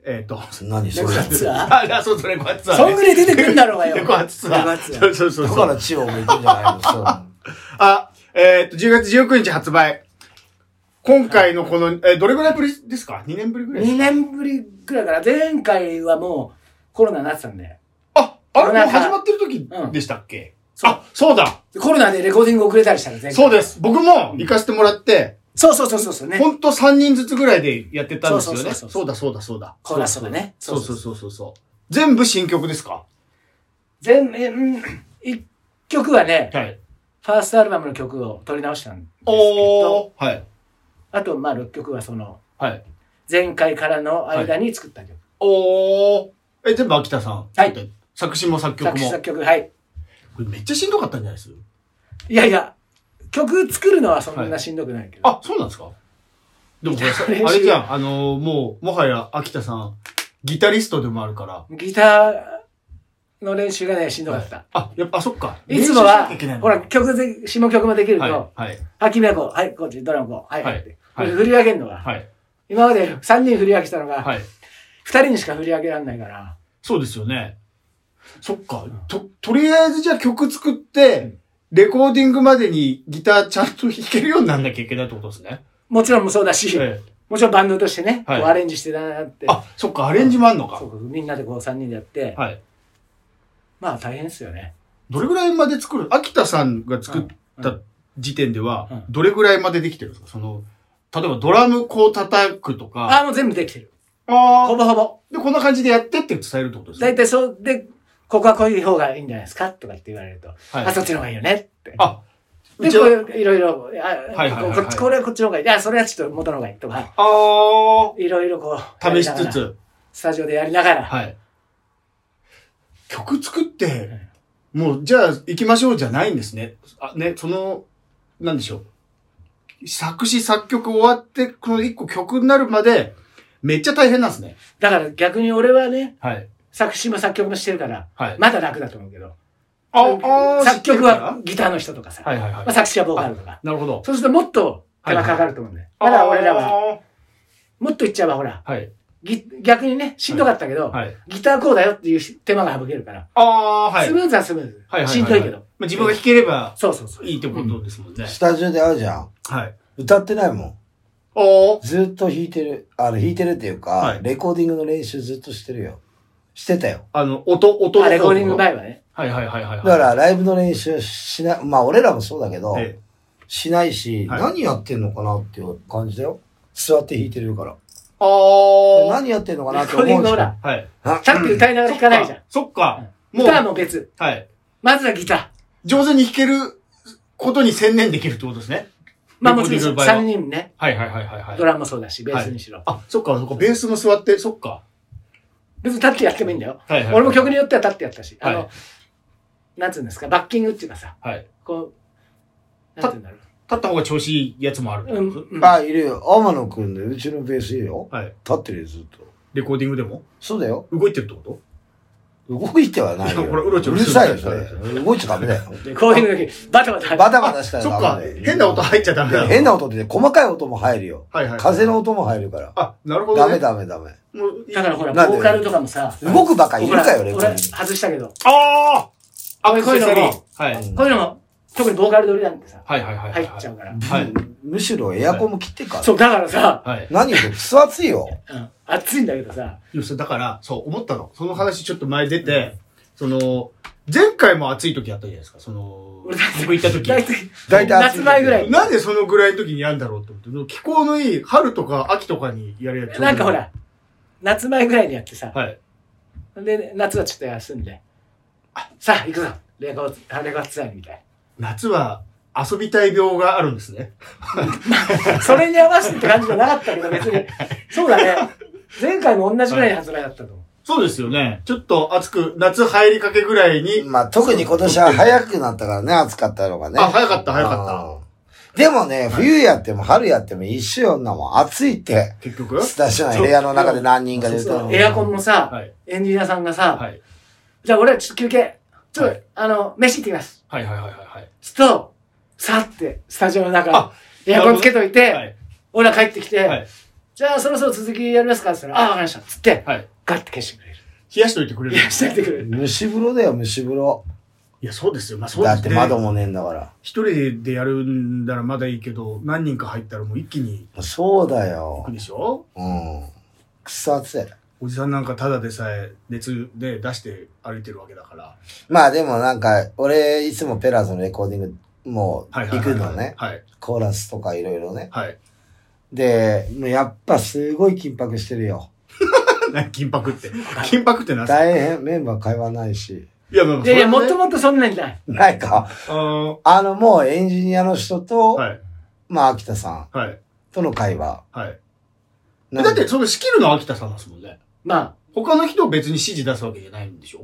Speaker 2: えっ、と、
Speaker 1: 何それ。
Speaker 4: ツアー
Speaker 2: あ、いやそうそれ、レコアツアーね。
Speaker 4: そんぐらい出てくんだろうがよ
Speaker 2: レコアツア
Speaker 4: レコア
Speaker 2: ー。
Speaker 4: ツアー
Speaker 2: そうそうそう
Speaker 1: だ
Speaker 2: そ
Speaker 1: か
Speaker 2: う。
Speaker 1: ら地方も行くんじゃないの そう。
Speaker 2: あ、えっ、と、10月19日発売。今回のこの、えーどれぐらいぶりですか ?2 年ぶりぐらいです
Speaker 4: 2
Speaker 2: か
Speaker 4: 年ぶりくらいから前回はもうコロナになってたんで
Speaker 2: あ、あれも
Speaker 4: な
Speaker 2: うん
Speaker 4: か
Speaker 2: 始まってる時でしたっけ、
Speaker 4: うん
Speaker 2: あ、そうだ
Speaker 4: コロナでレコーディング遅れたりしたの前回
Speaker 2: そうです僕も行かせてもらって、
Speaker 4: そうそうそうそうそうね
Speaker 2: ほんと3人ずつぐらいでやってたんですよ
Speaker 4: そうそ
Speaker 2: ね。
Speaker 4: うそうそう
Speaker 2: そうだそうだそうだ。
Speaker 4: コーラスとかね
Speaker 2: そうそうそうそうそう。全部新曲ですか
Speaker 4: 全えうん一曲はね、
Speaker 2: はい。
Speaker 4: ファーストアルバムの曲を取り直したんですけ
Speaker 2: お
Speaker 4: ど
Speaker 2: ー。はい。
Speaker 4: あとまあ6曲はその
Speaker 2: はい。
Speaker 4: 前回からの間に作った曲、
Speaker 2: おー。え、全部秋田さん。
Speaker 4: はい。
Speaker 2: 作詞も作曲
Speaker 4: 作詞
Speaker 2: も。
Speaker 4: 作曲はい
Speaker 2: これめっちゃしんどかったんじゃないです
Speaker 4: いやいや曲作るのはそんなしんどくないけど、
Speaker 2: あ、そうなんですかでもこれさ、
Speaker 4: 練習
Speaker 2: あれじゃん。あのー、もう、もはや秋田さん、ギタリストでもあるから。
Speaker 4: ギターの練習がねしんどかった、
Speaker 2: あ、やっぱ、あ、そっか。
Speaker 4: いつ
Speaker 2: 練習しな
Speaker 4: もは
Speaker 2: きゃいけない、の
Speaker 4: ほら、、曲で、下曲もできると、
Speaker 2: はい。はい。
Speaker 4: 秋宮子、はい、こっち、ドラム子、はい、
Speaker 2: はい
Speaker 4: って
Speaker 2: はい
Speaker 4: 振り分けるのが、
Speaker 2: はい。
Speaker 4: 今まで3人振り分けしたのが、
Speaker 2: はい。
Speaker 4: 2人にしか振り分けられないから、
Speaker 2: そうですよね。そっか。と、とりあえずじゃあ曲作って、レコーディングまでにギターちゃんと弾けるようになんなきゃいけないってことですね。
Speaker 4: もちろんもそうだし、
Speaker 2: ええ
Speaker 4: もちろんバンドとしてね、
Speaker 2: はい
Speaker 4: こうアレンジしてだなって、
Speaker 2: あ、そっか、アレンジもあんのか
Speaker 4: そ。うみんなでこう3人でやって、
Speaker 2: はい。
Speaker 4: まあ大変ですよね。
Speaker 2: どれぐらいまで作る秋田さんが作っ
Speaker 4: うん
Speaker 2: た時点で
Speaker 4: うん
Speaker 2: は、どれぐらいまでできてるんですかその、例えばドラムこう叩くと
Speaker 4: あ
Speaker 2: か、
Speaker 4: あ、もう全部できてる。ほ
Speaker 2: ああ、
Speaker 4: ぼほぼ。
Speaker 2: で、こんな感じでやってって伝えるってことです
Speaker 4: だい
Speaker 2: ね。
Speaker 4: たいそう、で、ここはこういう方がいいんじゃないですかとかって言われると、
Speaker 2: はい
Speaker 4: あ、そっちの方がいいよねって。
Speaker 2: あ、う
Speaker 4: で、
Speaker 2: ち
Speaker 4: こ
Speaker 2: は
Speaker 4: ういう、いろいろ、あ、
Speaker 2: はいはいはいはい
Speaker 4: こっち、これはこっちの方がいい。いや、それはちょっと元の方がいいとか、
Speaker 2: あ
Speaker 4: いろいろこう、
Speaker 2: あ、試しつ
Speaker 4: やりながら、
Speaker 2: つ。
Speaker 4: スタジオでやりながら、
Speaker 2: はい。曲作って、もう、じゃあ、行きましょうじゃないんですね。あ、ね、その、なんでしょう。作詞、作曲終わって、この一個曲になるまで、めっちゃ大変なんですね。
Speaker 4: だから逆に俺はね、
Speaker 2: はい。
Speaker 4: 作詞も作曲もしてるから、
Speaker 2: はい
Speaker 4: まだ楽だと思うけど、
Speaker 2: あ、あー
Speaker 4: 作曲は
Speaker 2: 知ってる
Speaker 4: ギターの人とかさ、
Speaker 2: からはいはいはい
Speaker 4: まあ、。作詞はボーカルとか、
Speaker 2: なるほど。
Speaker 4: そうするともっと手がかかると思うんだよ。まだ俺らは、
Speaker 2: は。
Speaker 4: もっと言っちゃえばほら、
Speaker 2: はい。
Speaker 4: ぎ逆にね、しんどかったけど、
Speaker 2: はいはい
Speaker 4: ギターこうだよっていうし手間が省けるから、
Speaker 2: ああ、はい。
Speaker 4: スムーズはスムーズ。
Speaker 2: はいはいはい
Speaker 4: しんどいけど。
Speaker 2: まあ、自分が弾ければ
Speaker 4: そうそうそう。
Speaker 2: いいってことですもんね。
Speaker 1: スタジオで会うじゃん。
Speaker 2: はい。
Speaker 1: 歌ってないもん。
Speaker 5: おー。
Speaker 1: ずっと弾いてる。あの、弾いてるっていうか、
Speaker 2: はい
Speaker 1: レコーディングの練習ずっとしてるよ。してたよ。
Speaker 2: あの、音、音
Speaker 4: あレコーディング
Speaker 2: はい
Speaker 4: 前はね。
Speaker 2: はいはいはいはい。
Speaker 1: だから、ライブの練習しない、まあ、俺らもそうだけど、
Speaker 2: え
Speaker 1: しないし、
Speaker 2: はい
Speaker 1: 何やってんのかなっていう感じだよ。座って弾いてるから。
Speaker 5: あー。
Speaker 1: 何やってんのかな
Speaker 4: レ
Speaker 1: って
Speaker 4: コ
Speaker 1: 思
Speaker 4: ーディン
Speaker 1: う
Speaker 4: グ
Speaker 1: し
Speaker 4: ほら、
Speaker 2: え。はい。
Speaker 1: あ
Speaker 4: ちゃんと歌いながら弾かないじゃん。
Speaker 2: そっか。もう
Speaker 4: 歌、はもう別。
Speaker 2: はい。
Speaker 4: まずはギター。
Speaker 2: 上手に弾けることに専念できるってことですね。
Speaker 4: まあもちろん
Speaker 2: レコーディングの場合は
Speaker 4: 3人ね、
Speaker 2: はいはいはいはいはい
Speaker 4: ド。ラムもそうだし、ベースにしろ。
Speaker 2: あ、そっか、そっか、ベースも座って、そっか。
Speaker 4: 別に立ってやってもいいんだよ。
Speaker 2: はいはい
Speaker 4: 俺も曲によっては立ってやったし、あ
Speaker 2: は
Speaker 4: の
Speaker 2: い、
Speaker 4: なんつうんですか、バッキングっていうかさ、
Speaker 2: はい。立
Speaker 4: こう、なんていうんだろ
Speaker 2: った方が調子いいやつもある。
Speaker 4: う。うん、うん。
Speaker 1: あ、いるよ。天野くんで、うちのベースいるよ。
Speaker 2: はい。
Speaker 1: 立ってるよ、ずっと。
Speaker 2: レコーディングでも
Speaker 1: そうだよ。
Speaker 2: 動いてるってこと
Speaker 1: 動いてはないよ。
Speaker 2: いやこれうろちょ
Speaker 1: う
Speaker 2: ろ
Speaker 1: る
Speaker 2: する
Speaker 1: さいよ、それ。動いちゃダ メだよ。
Speaker 4: で、こういうの時、バタバタ。
Speaker 1: バタバタした
Speaker 2: そ
Speaker 1: ら
Speaker 2: っ
Speaker 1: ダメ
Speaker 2: か
Speaker 1: だよ。、
Speaker 2: 変な音入っちゃダメだ。
Speaker 1: 変な音ってね、細かい音も入るよ。
Speaker 2: はいはい。
Speaker 1: 風の。音も入るから。
Speaker 2: あ、なるほど
Speaker 1: ダ
Speaker 2: ね。
Speaker 1: メダメダメ。
Speaker 2: もう。
Speaker 4: だからほら、
Speaker 1: なんで
Speaker 4: ボーカルとかもさ、
Speaker 1: 動くばかりいるかよ、レコーデ
Speaker 4: 俺俺
Speaker 1: ィング。
Speaker 4: 外したけど、
Speaker 2: ああ
Speaker 4: こういうのも
Speaker 2: はい。
Speaker 1: うん
Speaker 4: こういうのも、特にボーカル取りなんてさ、
Speaker 2: はいはいはいは
Speaker 4: 入
Speaker 2: い。
Speaker 4: っちゃうから。
Speaker 2: はい。
Speaker 1: むしろエアコンも切ってから。
Speaker 4: そう、だからさ、
Speaker 2: はい。
Speaker 1: 何よ、くそ暑いよ。
Speaker 4: うん暑いんだけどさ、
Speaker 2: いやそれだから、そう、思ったの。その話ちょっと前出て、その、前回も暑い時あったじゃないですか、その、
Speaker 4: 俺だって
Speaker 2: 僕行った時。
Speaker 4: 大体、
Speaker 1: 大体暑い
Speaker 4: 夏前ぐらい。
Speaker 2: なんでそのぐらいの時にやんだろうって思って、気候のいい春とか秋とかにやるやつ。
Speaker 4: なんかほ。ら、夏前ぐらいにやってさ、
Speaker 2: はい。
Speaker 4: で、夏はちょっと休んで、あ、さあ、行くぞレコード、レコードツアーにみたい
Speaker 2: 夏は遊びたい病があるんですね。
Speaker 4: な。それに合わせてって感じじゃなかったけど、別に。そうだね。前回も同じぐらいに発売だったと思う。
Speaker 2: そうですよね。ちょっと暑く、夏入りかけぐらいに、
Speaker 1: まあ、特に今年は早くなったからね、暑かったのがね。
Speaker 2: あ、早かった、早かっ
Speaker 1: った。でもね、冬やっても春やっても一緒よんなもん。暑いって。
Speaker 2: た。結局
Speaker 1: スタジオの部屋の中で何人かで歌うの。
Speaker 4: エアコンもさ、
Speaker 2: はい
Speaker 4: エンジニアさんがさ、
Speaker 2: はい。
Speaker 4: じゃあ俺はちょっと休憩、ちょっと、
Speaker 2: はい
Speaker 4: あの、飯行ってきます。
Speaker 2: はいはいはいはいはい。
Speaker 4: すると、さって、スタジオの
Speaker 2: あ
Speaker 4: 中、エアコンつけといて、
Speaker 2: はい。
Speaker 4: 俺は帰ってきて、
Speaker 2: はい。
Speaker 4: じゃあそろそろ続きやりますかって言ったら、あ、わかりました。つって、
Speaker 2: はい。
Speaker 4: ガッて消してくれる。
Speaker 2: 冷やしといてくれる。
Speaker 4: いや、しててくれる。
Speaker 1: 蒸し風呂だよ、蒸し風呂。
Speaker 2: いや、そうですよ。まあ、そうで
Speaker 1: だ
Speaker 2: す
Speaker 1: っ
Speaker 2: ね
Speaker 1: て窓もねえんだから。
Speaker 2: 一人でやるんだらまだいいけど、何人か入ったらもう一気に
Speaker 1: そうだ
Speaker 2: 行
Speaker 1: よ
Speaker 2: く。でしょ
Speaker 1: うん。くそ暑い。
Speaker 2: おじさんなんかただでさえ熱で出して歩いてるわけだから。
Speaker 1: まあでもなんか、俺、いつもペラーズのレコーディング、もう、
Speaker 2: はいはい
Speaker 1: 行
Speaker 2: はい
Speaker 1: くのね。
Speaker 2: はい。
Speaker 1: コーラスとかいろいろね。
Speaker 2: はい。
Speaker 1: で、もうやっぱすごい緊迫してるよ。
Speaker 2: 何緊迫って。緊迫ってなさ。
Speaker 1: 大変、メンバー会話ないし。
Speaker 2: いや、まあ、
Speaker 4: いやいや、もっと
Speaker 2: も。
Speaker 4: もっとそんなんじゃない。
Speaker 1: ないか。
Speaker 2: あ
Speaker 1: あの、もうエンジニアの人と、
Speaker 2: ーはい。
Speaker 1: まあ、秋田さん
Speaker 2: はい。
Speaker 1: との会話。
Speaker 2: はい。
Speaker 1: な
Speaker 2: え
Speaker 1: んか
Speaker 2: だって、その仕切るのは秋田さんですもんね。
Speaker 4: まあ、
Speaker 2: 他の人を別に指示出すわけじゃないんでしょ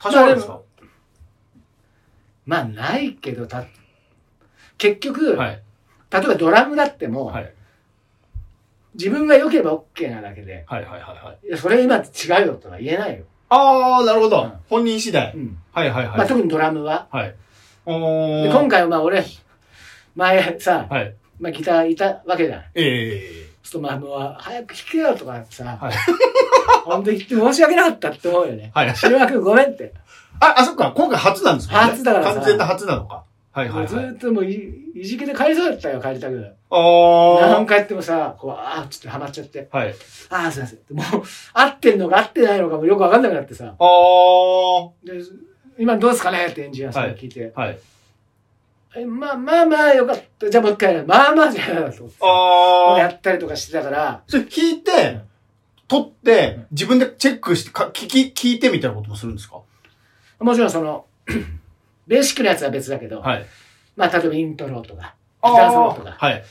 Speaker 2: 多少あるんですか
Speaker 4: まあないけど、た、結局、
Speaker 2: はい。
Speaker 4: 例えばドラムだっても、
Speaker 2: はい。
Speaker 4: 自分が良ければ OK なだけで、
Speaker 2: はいはいはいはい。
Speaker 4: いや、それ今違うよとは言えないよ。
Speaker 2: あー、なるほど。
Speaker 4: うん
Speaker 2: 本人次第
Speaker 4: う。ん。
Speaker 2: はいはいはい。
Speaker 4: まあ特にドラムは。
Speaker 2: はい。お
Speaker 4: で、
Speaker 2: ー。
Speaker 4: 今回はまあ俺、前さ、
Speaker 2: はい。
Speaker 4: まあギターいたわけじゃん。
Speaker 2: ええ
Speaker 4: ちょっとまあもう、早く弾けよとかさ、
Speaker 2: はい
Speaker 4: 本当に言って申し訳なかったって思うよね。
Speaker 2: はい。
Speaker 4: 篠山君ごめんって。
Speaker 2: あ、あ、そっか。今回初なんですもんね
Speaker 4: 初だからさ
Speaker 2: 完全な初なのか。はいは
Speaker 4: も
Speaker 2: いう
Speaker 4: ず
Speaker 2: はい。
Speaker 4: っともうい、いじけで帰りそうだったよ、帰りたく。
Speaker 2: あ
Speaker 4: 何回やってもさ、こう、ああ、ちょっとハマっちゃって。
Speaker 2: あ。はい。
Speaker 4: ああ、すいません。も う、合ってんのか合ってないのかもよくわかんなくなってさ。
Speaker 2: ああ。は
Speaker 4: で今どうですかねってエンジニアさんに聞いて、
Speaker 2: い。
Speaker 4: えまあまあまあよかった。じゃあもう一回やる。まあまあじゃないなと思って。や
Speaker 2: ああ。
Speaker 4: ったりとかしてたから、
Speaker 2: それ聞いて、撮って、自分でチェックして、か聞き、聞いてみたいなこともするんですか
Speaker 4: もちろんその、 ベーシックなやつは別だけど、
Speaker 2: はい。
Speaker 4: まあ例えばイントロとか、ギ
Speaker 2: あ
Speaker 4: ターソロと
Speaker 2: あ。
Speaker 4: か、
Speaker 2: はい。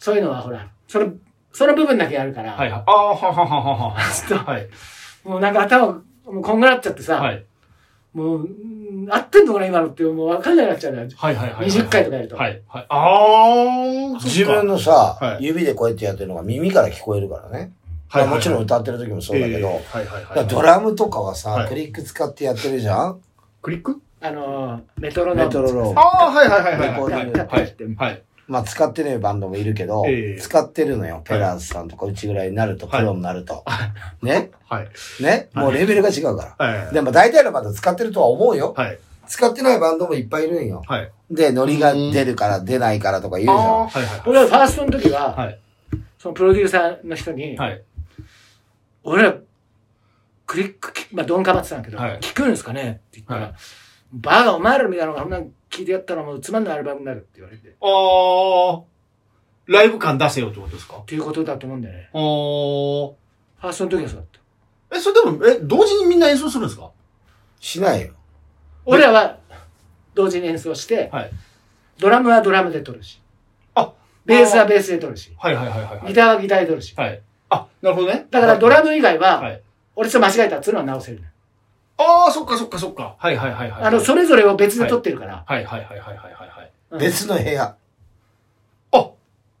Speaker 4: そういうのはほら、その、その部分だけやるから、
Speaker 2: はいはい。ああ、ははははは。
Speaker 4: ちょっと
Speaker 2: はい。
Speaker 4: もうなんか頭が、もうこんがらっちゃってさ、
Speaker 2: はい。
Speaker 4: もう、うん合ってんのかな今のって、もうわかんなくなっちゃうのよ。
Speaker 2: はいはいはい。
Speaker 4: 20回とかやると。
Speaker 2: はい。はい。ああ。
Speaker 1: 自分
Speaker 2: の。
Speaker 1: のさ、
Speaker 2: はい
Speaker 1: 指でこうやってやってるのが耳から聞こえるからね。
Speaker 2: はい。
Speaker 1: まあもちろん
Speaker 2: ん。
Speaker 1: 歌ってる時もそうだけど、
Speaker 2: ええはいはい
Speaker 1: だ
Speaker 2: は
Speaker 1: から
Speaker 2: い。
Speaker 1: ドラムとかはさ、
Speaker 2: はい
Speaker 1: クリック使ってやってるじゃん
Speaker 2: クリック
Speaker 4: あのー、メトロノーム
Speaker 1: メトロローム。
Speaker 2: ああ、はいはいはいはい。
Speaker 1: レコーディング
Speaker 4: やってやってやって
Speaker 2: はい。
Speaker 1: まあ使ってねえバンドもいるけど、
Speaker 2: ええ
Speaker 1: 使ってるのよ。ペラーズさんとかうちぐらいになると、
Speaker 2: はい
Speaker 1: プロになると。ね
Speaker 2: はい。
Speaker 1: ねもうレベルが違うから。
Speaker 2: はい。
Speaker 1: でも大体のバンド使ってるとは思うよ。
Speaker 2: はい。
Speaker 1: 使ってないバンドもいっぱいいるんよ。
Speaker 2: はい。
Speaker 1: で、ノリが出るから出ないからとか言うじゃん。
Speaker 2: はい。は
Speaker 4: 俺はファーストの時は、
Speaker 2: はい
Speaker 4: そのプロデューサーの人に、
Speaker 2: い。はい。
Speaker 4: 俺ら、クリックき、まあ、ドンかまってたんだけど、
Speaker 2: はい
Speaker 4: 聞くんですかねって言ったら、
Speaker 2: はい
Speaker 4: バカお前らみたいなのがこんなん聞いてやったらもうつまんないアルバムになるって言われて、っ
Speaker 2: あー。ライブ感出せよってことですか
Speaker 4: ていうことだと思うんだよね。
Speaker 2: あー。
Speaker 4: ファーストの時はそうだった。
Speaker 2: え、それでも、え、同時にみんな演奏するんですか
Speaker 1: しないよ。
Speaker 4: 俺らは、同時に演奏して、
Speaker 2: はい
Speaker 4: ドラムはドラムで撮るし、
Speaker 2: あ
Speaker 4: ベースはベースで撮るし、
Speaker 2: はいはいはいはいは
Speaker 4: ギ
Speaker 2: い。
Speaker 4: ターはギターで撮るし。
Speaker 2: はい。あ、なるほどね。
Speaker 4: だからドラム以外は、
Speaker 2: はい
Speaker 4: 俺ちょっと間違えたっつうのは直せるね、
Speaker 2: あー、そっかそっかそっか。はいはいはいはい。
Speaker 4: あの、それぞれを別で撮ってるから、
Speaker 2: はいはいはいはいはいはいはい。
Speaker 4: うん
Speaker 1: 別の部屋。
Speaker 2: あ、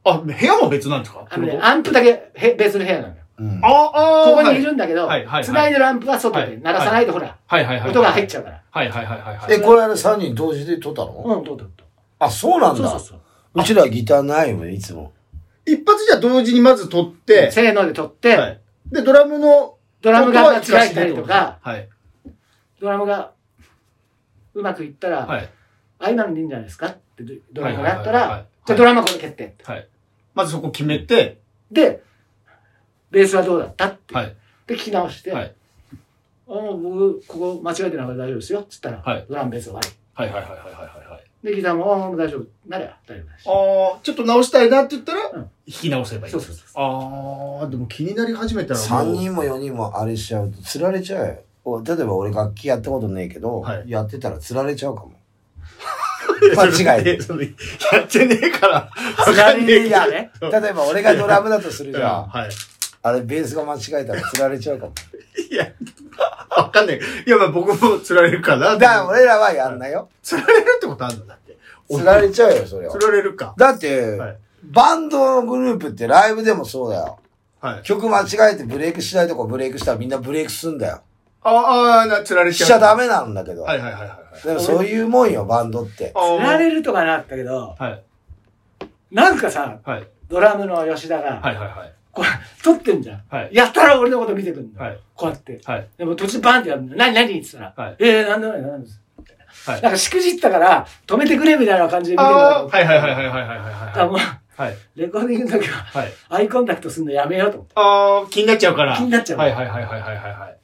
Speaker 2: あ、部屋も別なんですか
Speaker 4: あのね、アンプだけへ別の部屋なのよ。
Speaker 1: うん。
Speaker 2: ああ
Speaker 4: ここにい
Speaker 2: る
Speaker 4: るんだけど、
Speaker 2: はいはいはい
Speaker 4: 繋いでるアンプは外
Speaker 2: は
Speaker 4: で、
Speaker 2: い
Speaker 4: 鳴らさないとほら、
Speaker 2: はいはいはい。
Speaker 4: 音が入っ
Speaker 2: ゃ
Speaker 4: ちゃうから。
Speaker 2: う。はいはいはいはいはい。
Speaker 1: え、この間3人同時で撮ったの、
Speaker 4: うん、どうだった。
Speaker 1: あ、そうなんだ。
Speaker 4: そうそうそう。
Speaker 1: うちらギターないよね、いつも。
Speaker 6: 一発じゃ同時にまず撮って、
Speaker 4: せーので撮って、
Speaker 2: はい
Speaker 6: で、ドラムの、
Speaker 4: ドラムが間違えたりとか、
Speaker 2: はい。
Speaker 4: ドラムがうまくいったら、
Speaker 2: はい。
Speaker 4: あ、今のでいいんじゃないですかってドドラムがや
Speaker 2: はいはい
Speaker 4: った
Speaker 2: はいは
Speaker 4: ら
Speaker 2: い、
Speaker 4: じゃあドラムはこれ決定。
Speaker 2: はい。まずそこ決めて、
Speaker 4: で、ベースはどうだったって。
Speaker 2: はい。
Speaker 4: で、聞き直して、
Speaker 2: は
Speaker 4: あ
Speaker 2: い
Speaker 4: 僕、ここ間違えてないから大丈夫ですよ。つったら、
Speaker 2: はい
Speaker 4: ドラムベースは悪
Speaker 2: はいはいはいはいはいはい。
Speaker 4: い。で、ギターも、あもう大丈夫。なれば大丈夫だし。
Speaker 6: ああ、ちょっと直したいなって言ったら、
Speaker 2: 引き直せばいい。
Speaker 4: そうそうそう。
Speaker 2: ああ、でも気になり始めたらもう。
Speaker 1: 3人も4人もあれしちゃうと、釣られちゃうよ。お例えば俺楽器やったことねえけど、
Speaker 2: はい
Speaker 1: やってたら釣られちゃうかも。間
Speaker 2: 間
Speaker 1: 違
Speaker 2: 違
Speaker 1: いで
Speaker 2: い。そのやってねえから。
Speaker 4: つなぎでいいや ね。
Speaker 1: 例えば俺がドラムだとするじゃん。
Speaker 2: はい。
Speaker 1: あれベースが間違えたら釣られちゃうかも。
Speaker 2: いや、わかんない。いや、まあ僕も釣られるかな。
Speaker 1: だから俺らはやんなよ。
Speaker 2: 釣られるってことあるんだ、だって。
Speaker 1: 釣られちゃうよ、それは
Speaker 2: 釣。られるか。
Speaker 1: だって、
Speaker 2: はい
Speaker 1: バンドのグループってライブでもそうだよ。
Speaker 2: はい。
Speaker 1: 曲間違えてブレイクしないとこブレイクしたらみんなブレイクすんだよ。
Speaker 2: ああ、な釣られちゃ
Speaker 1: しち
Speaker 2: う。
Speaker 1: ゃダメなんだけど。
Speaker 2: はいはいはいはい。
Speaker 1: でもそういうもんよ、バンドって。
Speaker 2: あ
Speaker 7: 釣ら
Speaker 2: ー
Speaker 7: れるとかなったけど、
Speaker 2: はい。
Speaker 7: なんかさ、
Speaker 2: はい。
Speaker 7: ドラムの吉田が、
Speaker 2: はいはいはい。
Speaker 7: これ、撮ってんじゃん。
Speaker 2: はい。
Speaker 7: やったら俺のこと見てくんだ
Speaker 2: はい
Speaker 7: よ。こうやって。
Speaker 2: はい。
Speaker 7: でも途中バンってやるんだよ。何何って言った
Speaker 2: は
Speaker 7: ら
Speaker 2: い、
Speaker 7: ええ、なんでもない、なんでもないです。
Speaker 2: はい
Speaker 7: なんかしくじったから、止めてくれみたいな感じで見てくるんだと
Speaker 2: ああ
Speaker 7: 思
Speaker 2: ー、
Speaker 7: って
Speaker 2: はいはいはいはいはいはい
Speaker 7: だから
Speaker 2: はい。
Speaker 7: もう、
Speaker 2: はい。
Speaker 7: レコーディングの時は、
Speaker 2: はい。
Speaker 7: アイコンタクトするのやめようと思って。
Speaker 2: ああ、気になっちゃうから。
Speaker 7: 気になっちゃう
Speaker 2: はいはいはいはいはいはいはい。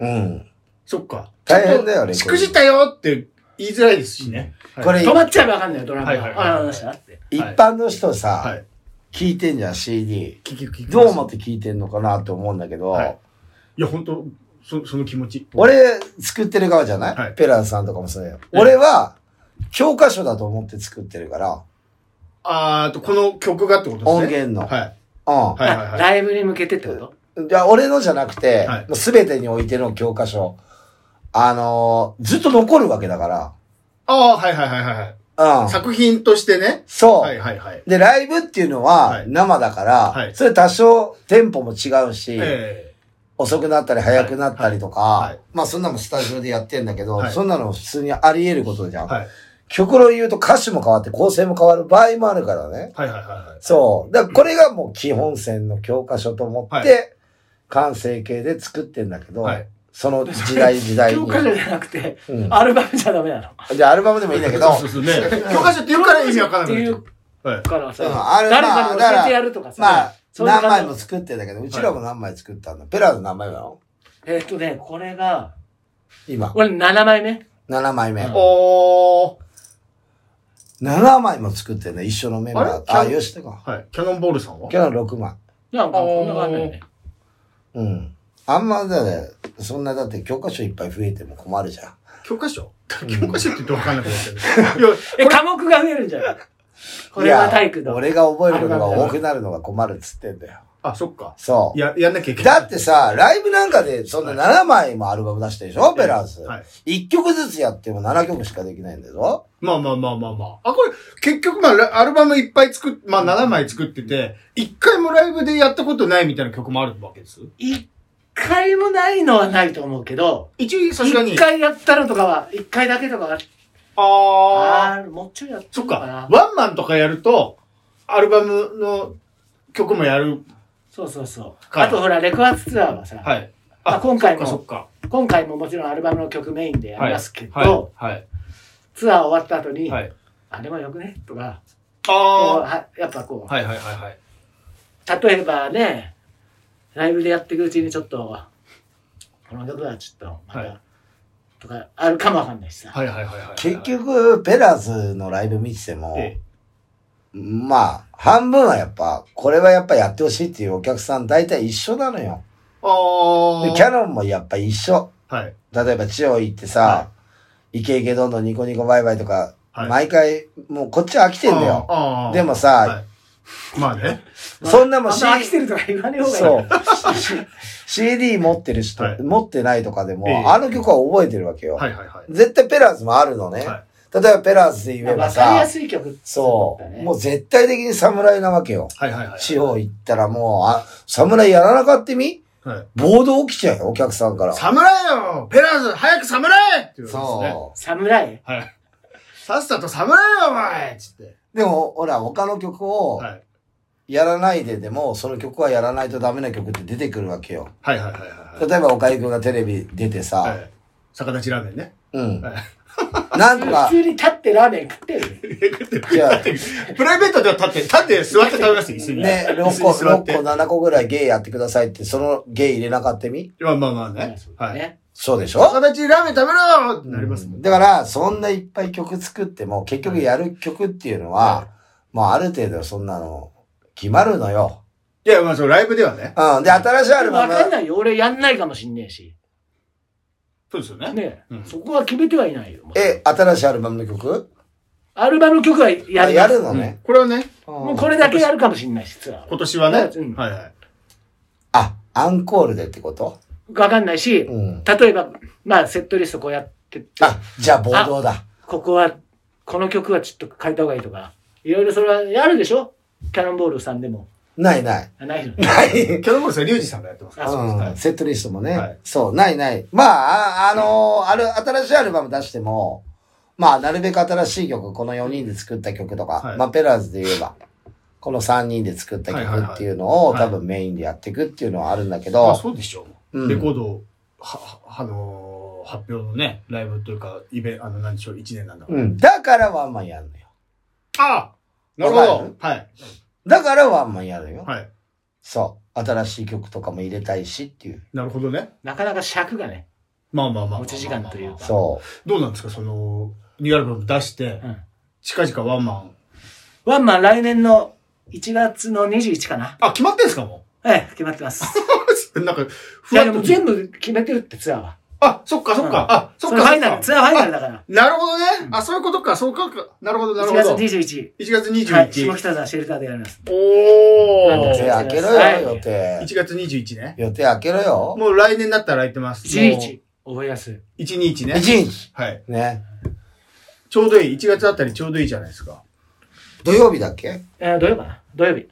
Speaker 1: うん。
Speaker 2: そっか。
Speaker 1: 大変だよね
Speaker 2: しくじったよって言いづらいですしね。はい
Speaker 1: これ、
Speaker 7: 止まっちゃえばわかんないよ、ドラム
Speaker 2: はいはいはい
Speaker 7: が。ああ、どうしたって。
Speaker 1: 一般の人さ、
Speaker 2: はい。
Speaker 1: 聞いてんじゃん、CD。
Speaker 2: 聞き聞き
Speaker 1: どう思って聞いてんのかなと思うんだけど、
Speaker 2: はいいや、本当そその気持ち。
Speaker 1: 俺、作ってる側じゃない、
Speaker 2: はい
Speaker 1: ペラーさんとかもそうだよ。俺は、教科書だと思って作ってるから、
Speaker 2: あーと、この曲がってことですね。
Speaker 1: 音源の。
Speaker 2: はい。
Speaker 1: うん。
Speaker 2: はいはいはい。
Speaker 4: ライブに向けてってこと
Speaker 1: じゃあ、俺のじゃなくて
Speaker 2: はい、
Speaker 1: すべ、てにおいての教科書、あのーずっと残るわけだか
Speaker 2: ああ、はいはいはいはい
Speaker 1: ら、う
Speaker 2: はい。
Speaker 1: ん。
Speaker 2: 作品としてね。
Speaker 1: そう、
Speaker 2: はいはいはい。
Speaker 1: で、ライブっていうのは
Speaker 2: はい
Speaker 1: 生だから、
Speaker 2: はい
Speaker 1: それ多少テンポも違うし、
Speaker 2: え
Speaker 1: 遅くなったり早くなったりとか、
Speaker 2: はいはい
Speaker 1: まあそんなのスタジオでやってんだけど、
Speaker 2: はい
Speaker 1: そんなの普通にあり得ることじゃ
Speaker 2: え
Speaker 1: ん。
Speaker 2: はい。
Speaker 1: 極論言うと歌詞も変わって構成も変わる場合もあるからね。
Speaker 2: はいはいはいはい。
Speaker 1: そう。だからこれがもう基本線の教科書と思っ
Speaker 2: は
Speaker 1: て、完成形で作ってんだけど、
Speaker 2: はい
Speaker 1: その時代時代に
Speaker 7: 教。科書じゃなくて、
Speaker 1: うん
Speaker 7: アルバムじゃダメなの。
Speaker 1: じゃあアルバムでもいいんだけど、
Speaker 2: そうそうそうね。教科書って言うから意味わかんなくなっちゃう。はい。
Speaker 7: からさ
Speaker 1: うんあれ
Speaker 7: 誰かに
Speaker 1: ま
Speaker 7: 教
Speaker 1: あだか
Speaker 7: え
Speaker 1: ら
Speaker 7: てやるとかさ。
Speaker 1: まあ、
Speaker 7: そういう
Speaker 1: 何
Speaker 7: 感じ
Speaker 1: 枚も作ってんだけど、うちらも何枚作ったんだ。ペラーズ何枚なの
Speaker 7: えっとね、これが、
Speaker 1: 今。
Speaker 7: 俺7枚目。
Speaker 1: 7枚目。
Speaker 2: おー。
Speaker 1: 7枚も作ってね、一緒のメンバーと。あ
Speaker 2: あれ
Speaker 1: 吉田か。
Speaker 2: はい。キャノンボールさんは
Speaker 1: 今日の6枚。
Speaker 7: なんかこんな感じだよね。
Speaker 1: うん。あんまだね、そんなだって教科書いっぱい増えても困るじゃん。
Speaker 2: 教科書 教科書って言ってわかんなくなっちゃう。いや、
Speaker 7: え、科目が増えるんじゃないこれは体育
Speaker 1: いや
Speaker 7: だ。
Speaker 1: 俺が覚えることが多くなるのが困るっつってんだよ。
Speaker 2: あ、そっか。
Speaker 1: そ
Speaker 2: や、やんなきゃいけ
Speaker 1: う。
Speaker 2: ない。
Speaker 1: だってさ、ライブなんかでそんな7枚もアルバム出してるでしょ、ペラーズ。
Speaker 2: はい。
Speaker 1: 1曲ずつやっても7曲しかできないんだよ。
Speaker 2: まあまあまあまあまあ。あ、これ、結局まあ、ラアルバムいっぱい作っ、まあ7枚作ってて、一回もライブでやったことないみたいな曲もあるわけです
Speaker 7: 一回もないのはないと思うけど、
Speaker 2: 一応、さすがに。
Speaker 7: 一回やったのとかは、一回だけとかは
Speaker 2: ああ。
Speaker 4: あー、もうちょいやって
Speaker 2: そ
Speaker 4: ん
Speaker 2: っ
Speaker 4: のな
Speaker 2: か。ワンマンとかやると、アルバムの曲もやる。
Speaker 4: そうそうそう。
Speaker 2: か
Speaker 4: あとほら、レクアツツアーはさ、
Speaker 2: はい。
Speaker 4: まあ今回も
Speaker 2: そっか
Speaker 4: 今回ももちろんアルバムの曲メイン
Speaker 2: そ
Speaker 4: で
Speaker 2: っ
Speaker 4: や
Speaker 2: か。
Speaker 4: りますけど、
Speaker 2: はい。はい。
Speaker 4: ツアー終わった後に、
Speaker 2: はい。
Speaker 4: あれはよくねとか、こ
Speaker 2: あ
Speaker 4: うはやっぱこ
Speaker 2: あ。
Speaker 4: う、
Speaker 2: はいはいはいはい。
Speaker 4: 例えばね、ライブでやっていくうちにちょっと、この曲はちょっと、また、
Speaker 2: はい
Speaker 4: とか、あるかもわかんないしさ。
Speaker 2: はいはいはいはいはい。
Speaker 1: 結局、ペラーズのライブ見てても、
Speaker 2: え
Speaker 1: まあ、半分はやっぱ、これはやっぱやってほしいっていうお客さん大体一緒なのよ。
Speaker 2: ああ。
Speaker 1: でキャノンもやっぱ一緒。
Speaker 2: はい。
Speaker 1: 例えば、千代行って
Speaker 2: は
Speaker 1: さ、イケイケどんどんニコニコバイバイとか、
Speaker 2: はい
Speaker 1: 毎回、もうこっちは飽きてんだよ。
Speaker 2: ああ。
Speaker 1: でもさ、
Speaker 2: はいまあね。
Speaker 1: そんなもん
Speaker 4: あん
Speaker 1: C-
Speaker 4: ま飽きてるとか言わねえ方がいい。
Speaker 1: そう。CD 持ってる人、
Speaker 2: はい
Speaker 1: 持ってないとかでも、
Speaker 2: ええ
Speaker 1: あの曲は覚えてるわけよ。
Speaker 2: はいはいはい。
Speaker 1: 絶対ペラーズもあるのね。
Speaker 2: は
Speaker 1: 例えばペラーズで言え
Speaker 4: ま
Speaker 1: ば
Speaker 4: あわかり
Speaker 1: さ
Speaker 4: や、すい曲
Speaker 1: そう、
Speaker 4: だね
Speaker 1: もう絶対的に侍なわけよ。
Speaker 2: はいはいはい。
Speaker 1: 地方行ったらもう、あ、侍やらなかってみ
Speaker 2: はい。
Speaker 1: 暴動起きちゃうよ、お客さんから。
Speaker 2: 侍よペラーズ早く侍って言うんですね。
Speaker 1: そ
Speaker 4: 侍
Speaker 2: はい。さっさと侍よお前つって。
Speaker 1: う。でも、ほら、他の曲を
Speaker 2: はい。
Speaker 1: やらないででも、その曲はやらないとダメな曲って出てくるわけよ。
Speaker 2: はいはいはいはい
Speaker 1: 例えば、岡井くんがテレビ出てさ、
Speaker 2: はい。はい。逆立ちラーメンね。
Speaker 1: うん。
Speaker 2: はい
Speaker 1: なんとか
Speaker 4: 普、通に立ってラーメン食ってる。
Speaker 1: じゃあ、
Speaker 2: プライベートでは立って、立って座って食べますよ、椅子に。
Speaker 1: ね、6
Speaker 2: 椅子
Speaker 1: 個、
Speaker 2: に座
Speaker 1: 6
Speaker 2: って
Speaker 1: 個、。7個ぐらい芸やってくださいって、その芸入れなかったみ
Speaker 2: まあまあまあ
Speaker 4: ね
Speaker 2: ね。はい。
Speaker 4: ね
Speaker 1: そうでしょ
Speaker 2: 逆立ちラーメン食べろってなりますもんね。
Speaker 1: だから、そんないっぱい曲作っても、結局やる曲っていうのは、
Speaker 2: は
Speaker 1: もうある程度そんなの、決まるのよ。
Speaker 2: いや、まあそう、ライブではね。
Speaker 1: うん。で、新しいア
Speaker 4: で
Speaker 1: ル
Speaker 4: も
Speaker 1: バ
Speaker 4: わ
Speaker 1: ム、
Speaker 4: かんないよ。俺やんないかもしんねえし。
Speaker 2: そうですよね。
Speaker 4: ね、
Speaker 2: うん
Speaker 4: そこは決めてはいないよ。
Speaker 1: え、新しいアルバムの曲
Speaker 4: アルバムの曲はや
Speaker 1: あ
Speaker 4: る。
Speaker 1: やる
Speaker 2: う
Speaker 1: の
Speaker 2: ん
Speaker 1: ね。
Speaker 2: これはね、
Speaker 4: もうこれだけやるかもしんないし、ツアーは
Speaker 2: 今年はね。
Speaker 4: うん
Speaker 2: はいはい。
Speaker 1: あ、アンコールでってこと
Speaker 4: わかんないし、
Speaker 1: うん。
Speaker 4: 例えば、まあ、セットリストこうやってって、
Speaker 1: あ、じゃあ暴動だ。
Speaker 4: ここは、この曲はちょっと変えた方がいいとか、いろいろそれはやるでしょキャノンボールさんでも。
Speaker 1: ないない。
Speaker 4: あないの
Speaker 1: ない。
Speaker 2: キャノンボールさん、リュウジさんがやってますから。
Speaker 4: あそう
Speaker 1: うん、セットリストもね、
Speaker 2: はい
Speaker 1: そう、ないない。まあ、あ、あのーある、新しいアルバム出しても、まあ、なるべく新しい曲、この4人で作った曲とか、
Speaker 2: はい
Speaker 1: まあ、ペラーズで言えば、この3人で作った
Speaker 2: はいはいは
Speaker 1: 曲
Speaker 2: い
Speaker 1: っていうのを、
Speaker 2: はい
Speaker 1: 多分メインでやっていくっていうのはあるんだけ
Speaker 2: まあ
Speaker 1: ど、
Speaker 2: そうでしょ
Speaker 1: うん
Speaker 2: う。レコードを、は、はあのー、発表のね、ライブというか、イベ、あの、何でしょう、1年なんだから。
Speaker 1: うん。だからワンマンやるのよ。
Speaker 2: ああなるほ
Speaker 1: わかる
Speaker 2: どはい。
Speaker 1: だからワンマンやるよ。
Speaker 2: はい。
Speaker 1: そう。新しい曲とかも入れたいしっていう。
Speaker 2: なるほどね。
Speaker 4: なかなか尺がね、
Speaker 2: まあまあまあ。
Speaker 4: 持ち時間というか
Speaker 1: そ
Speaker 2: どうなんですかその、ニューアルバム出して
Speaker 4: うん、
Speaker 2: 近々ワンマン。
Speaker 4: ワンマン来年の1月の21かな。
Speaker 2: あ、決まってんすかも
Speaker 4: ええ、決まってます。
Speaker 2: う なんか、
Speaker 4: い
Speaker 2: ふわ
Speaker 4: や、で
Speaker 2: っと
Speaker 4: も。全部決めてるってツアーは。
Speaker 2: あ、そっかそっ
Speaker 4: うん
Speaker 2: か。あ、そっ
Speaker 4: そ
Speaker 2: かそっ
Speaker 4: れファイナル、
Speaker 2: か。
Speaker 4: ツアーファイナルだから。
Speaker 2: なるほどね。あ、そういうことか。そうか。なるほど、なる
Speaker 4: 1
Speaker 2: ほ
Speaker 4: 月
Speaker 2: ど。
Speaker 4: 21
Speaker 2: 1月
Speaker 4: 日。はい、下
Speaker 2: 21日。
Speaker 4: 北沢シェルターでやります。
Speaker 2: お
Speaker 1: う。
Speaker 4: なん
Speaker 1: 手
Speaker 4: で
Speaker 2: ー。
Speaker 1: 開けろよ、
Speaker 4: はい
Speaker 1: 予定。
Speaker 2: 1月21ね。
Speaker 1: 予定開けろよ。
Speaker 2: もう来年だったら空いてます。も
Speaker 4: 11、覚えやすい。
Speaker 2: う。121ね。
Speaker 1: 1日。
Speaker 2: はい。
Speaker 1: ね。
Speaker 2: ちょうどいい。1月あたりちょうどいいじゃないですか。
Speaker 1: 土曜日だっけ
Speaker 4: えー、土曜かな土曜日。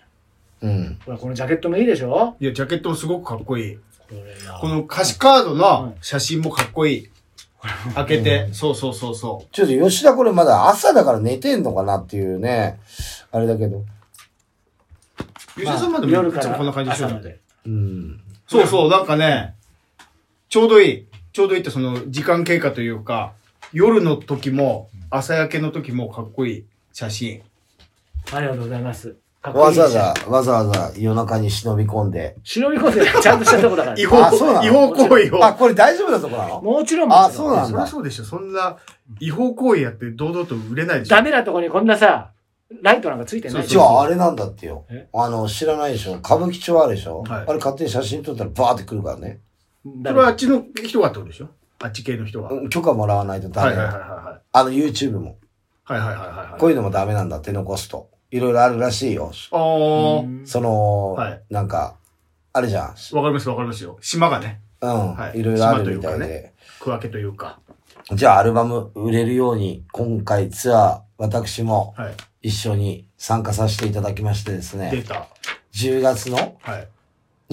Speaker 1: うん。
Speaker 4: ほら、このジャケットもいいでしょ
Speaker 2: いや、ジャケットもすごくかっこいい。
Speaker 4: これが
Speaker 2: この歌詞カード
Speaker 4: は
Speaker 2: の
Speaker 4: い
Speaker 2: 写真もかっこいい。開けて。そうそうそうそう。
Speaker 1: ちょっと吉田これまだ朝だから寝てんのかなっていうね。あれだけど。
Speaker 2: 吉田さんまでも
Speaker 4: 夜
Speaker 2: い
Speaker 4: か
Speaker 2: つも
Speaker 4: ら
Speaker 2: こんな感じでしょ
Speaker 4: 朝まで。
Speaker 1: うん。
Speaker 2: そうそう、なんかね、ちょうどいい。ちょうどいいってその時間経過というか、夜の時も、朝焼けの時もかっこいい写真。
Speaker 4: ありがとうございます。かっこい
Speaker 1: わ
Speaker 4: い
Speaker 1: ざ
Speaker 4: で
Speaker 1: わ
Speaker 4: すよ
Speaker 1: ざ、わざわざ夜中に忍び込んで。
Speaker 4: 忍び込んでちゃんとしたとこだか
Speaker 2: 違
Speaker 4: ら。
Speaker 2: 法
Speaker 1: あそうなの、
Speaker 2: 違法行為を。
Speaker 1: あ、これ大丈夫なとこなの
Speaker 4: もちろん
Speaker 1: あ
Speaker 4: もち
Speaker 1: そう
Speaker 4: ろん。
Speaker 1: なん
Speaker 2: そりゃ
Speaker 1: だ。
Speaker 2: そうでしょ。そんな違法行為やって堂々と売れないでしょ。
Speaker 4: ダメなとこにこんなさ、ライトなんかついてない
Speaker 2: そう
Speaker 1: じ
Speaker 2: そ
Speaker 1: ゃ
Speaker 2: う
Speaker 1: ああれなんだってよ
Speaker 4: え。
Speaker 1: あの、知らないでしょ。歌舞伎町あるでしょ。
Speaker 2: はい
Speaker 1: あれ勝手に写真撮ったらバーって来るからね。
Speaker 2: そ
Speaker 4: だ
Speaker 2: れはあ
Speaker 4: か
Speaker 2: っちの人がってことでしょあっち系の人が。はい
Speaker 1: うん許可もらわないとダ
Speaker 2: はい
Speaker 1: メ。
Speaker 2: はいは
Speaker 1: あの、YouTube も。
Speaker 2: い。はいはいはいはいはい。
Speaker 1: こういうのもダメなんだって残すと。いろいろあるらしいよ。
Speaker 2: あ
Speaker 4: ら
Speaker 2: ー。
Speaker 1: その、
Speaker 2: はい
Speaker 1: なんか、あるじゃん。
Speaker 2: わかりますわかりますよ。島がね、
Speaker 1: うん。
Speaker 2: はい
Speaker 1: いろいろあるみたいで
Speaker 2: 島というかね。区分けというか。
Speaker 1: じゃあアルバム売れるように、今回ツアー、私も
Speaker 2: はい。
Speaker 1: 一緒に参加させていただきましてです
Speaker 2: デ
Speaker 1: ね、
Speaker 2: ータ。
Speaker 1: 10月の
Speaker 2: はい。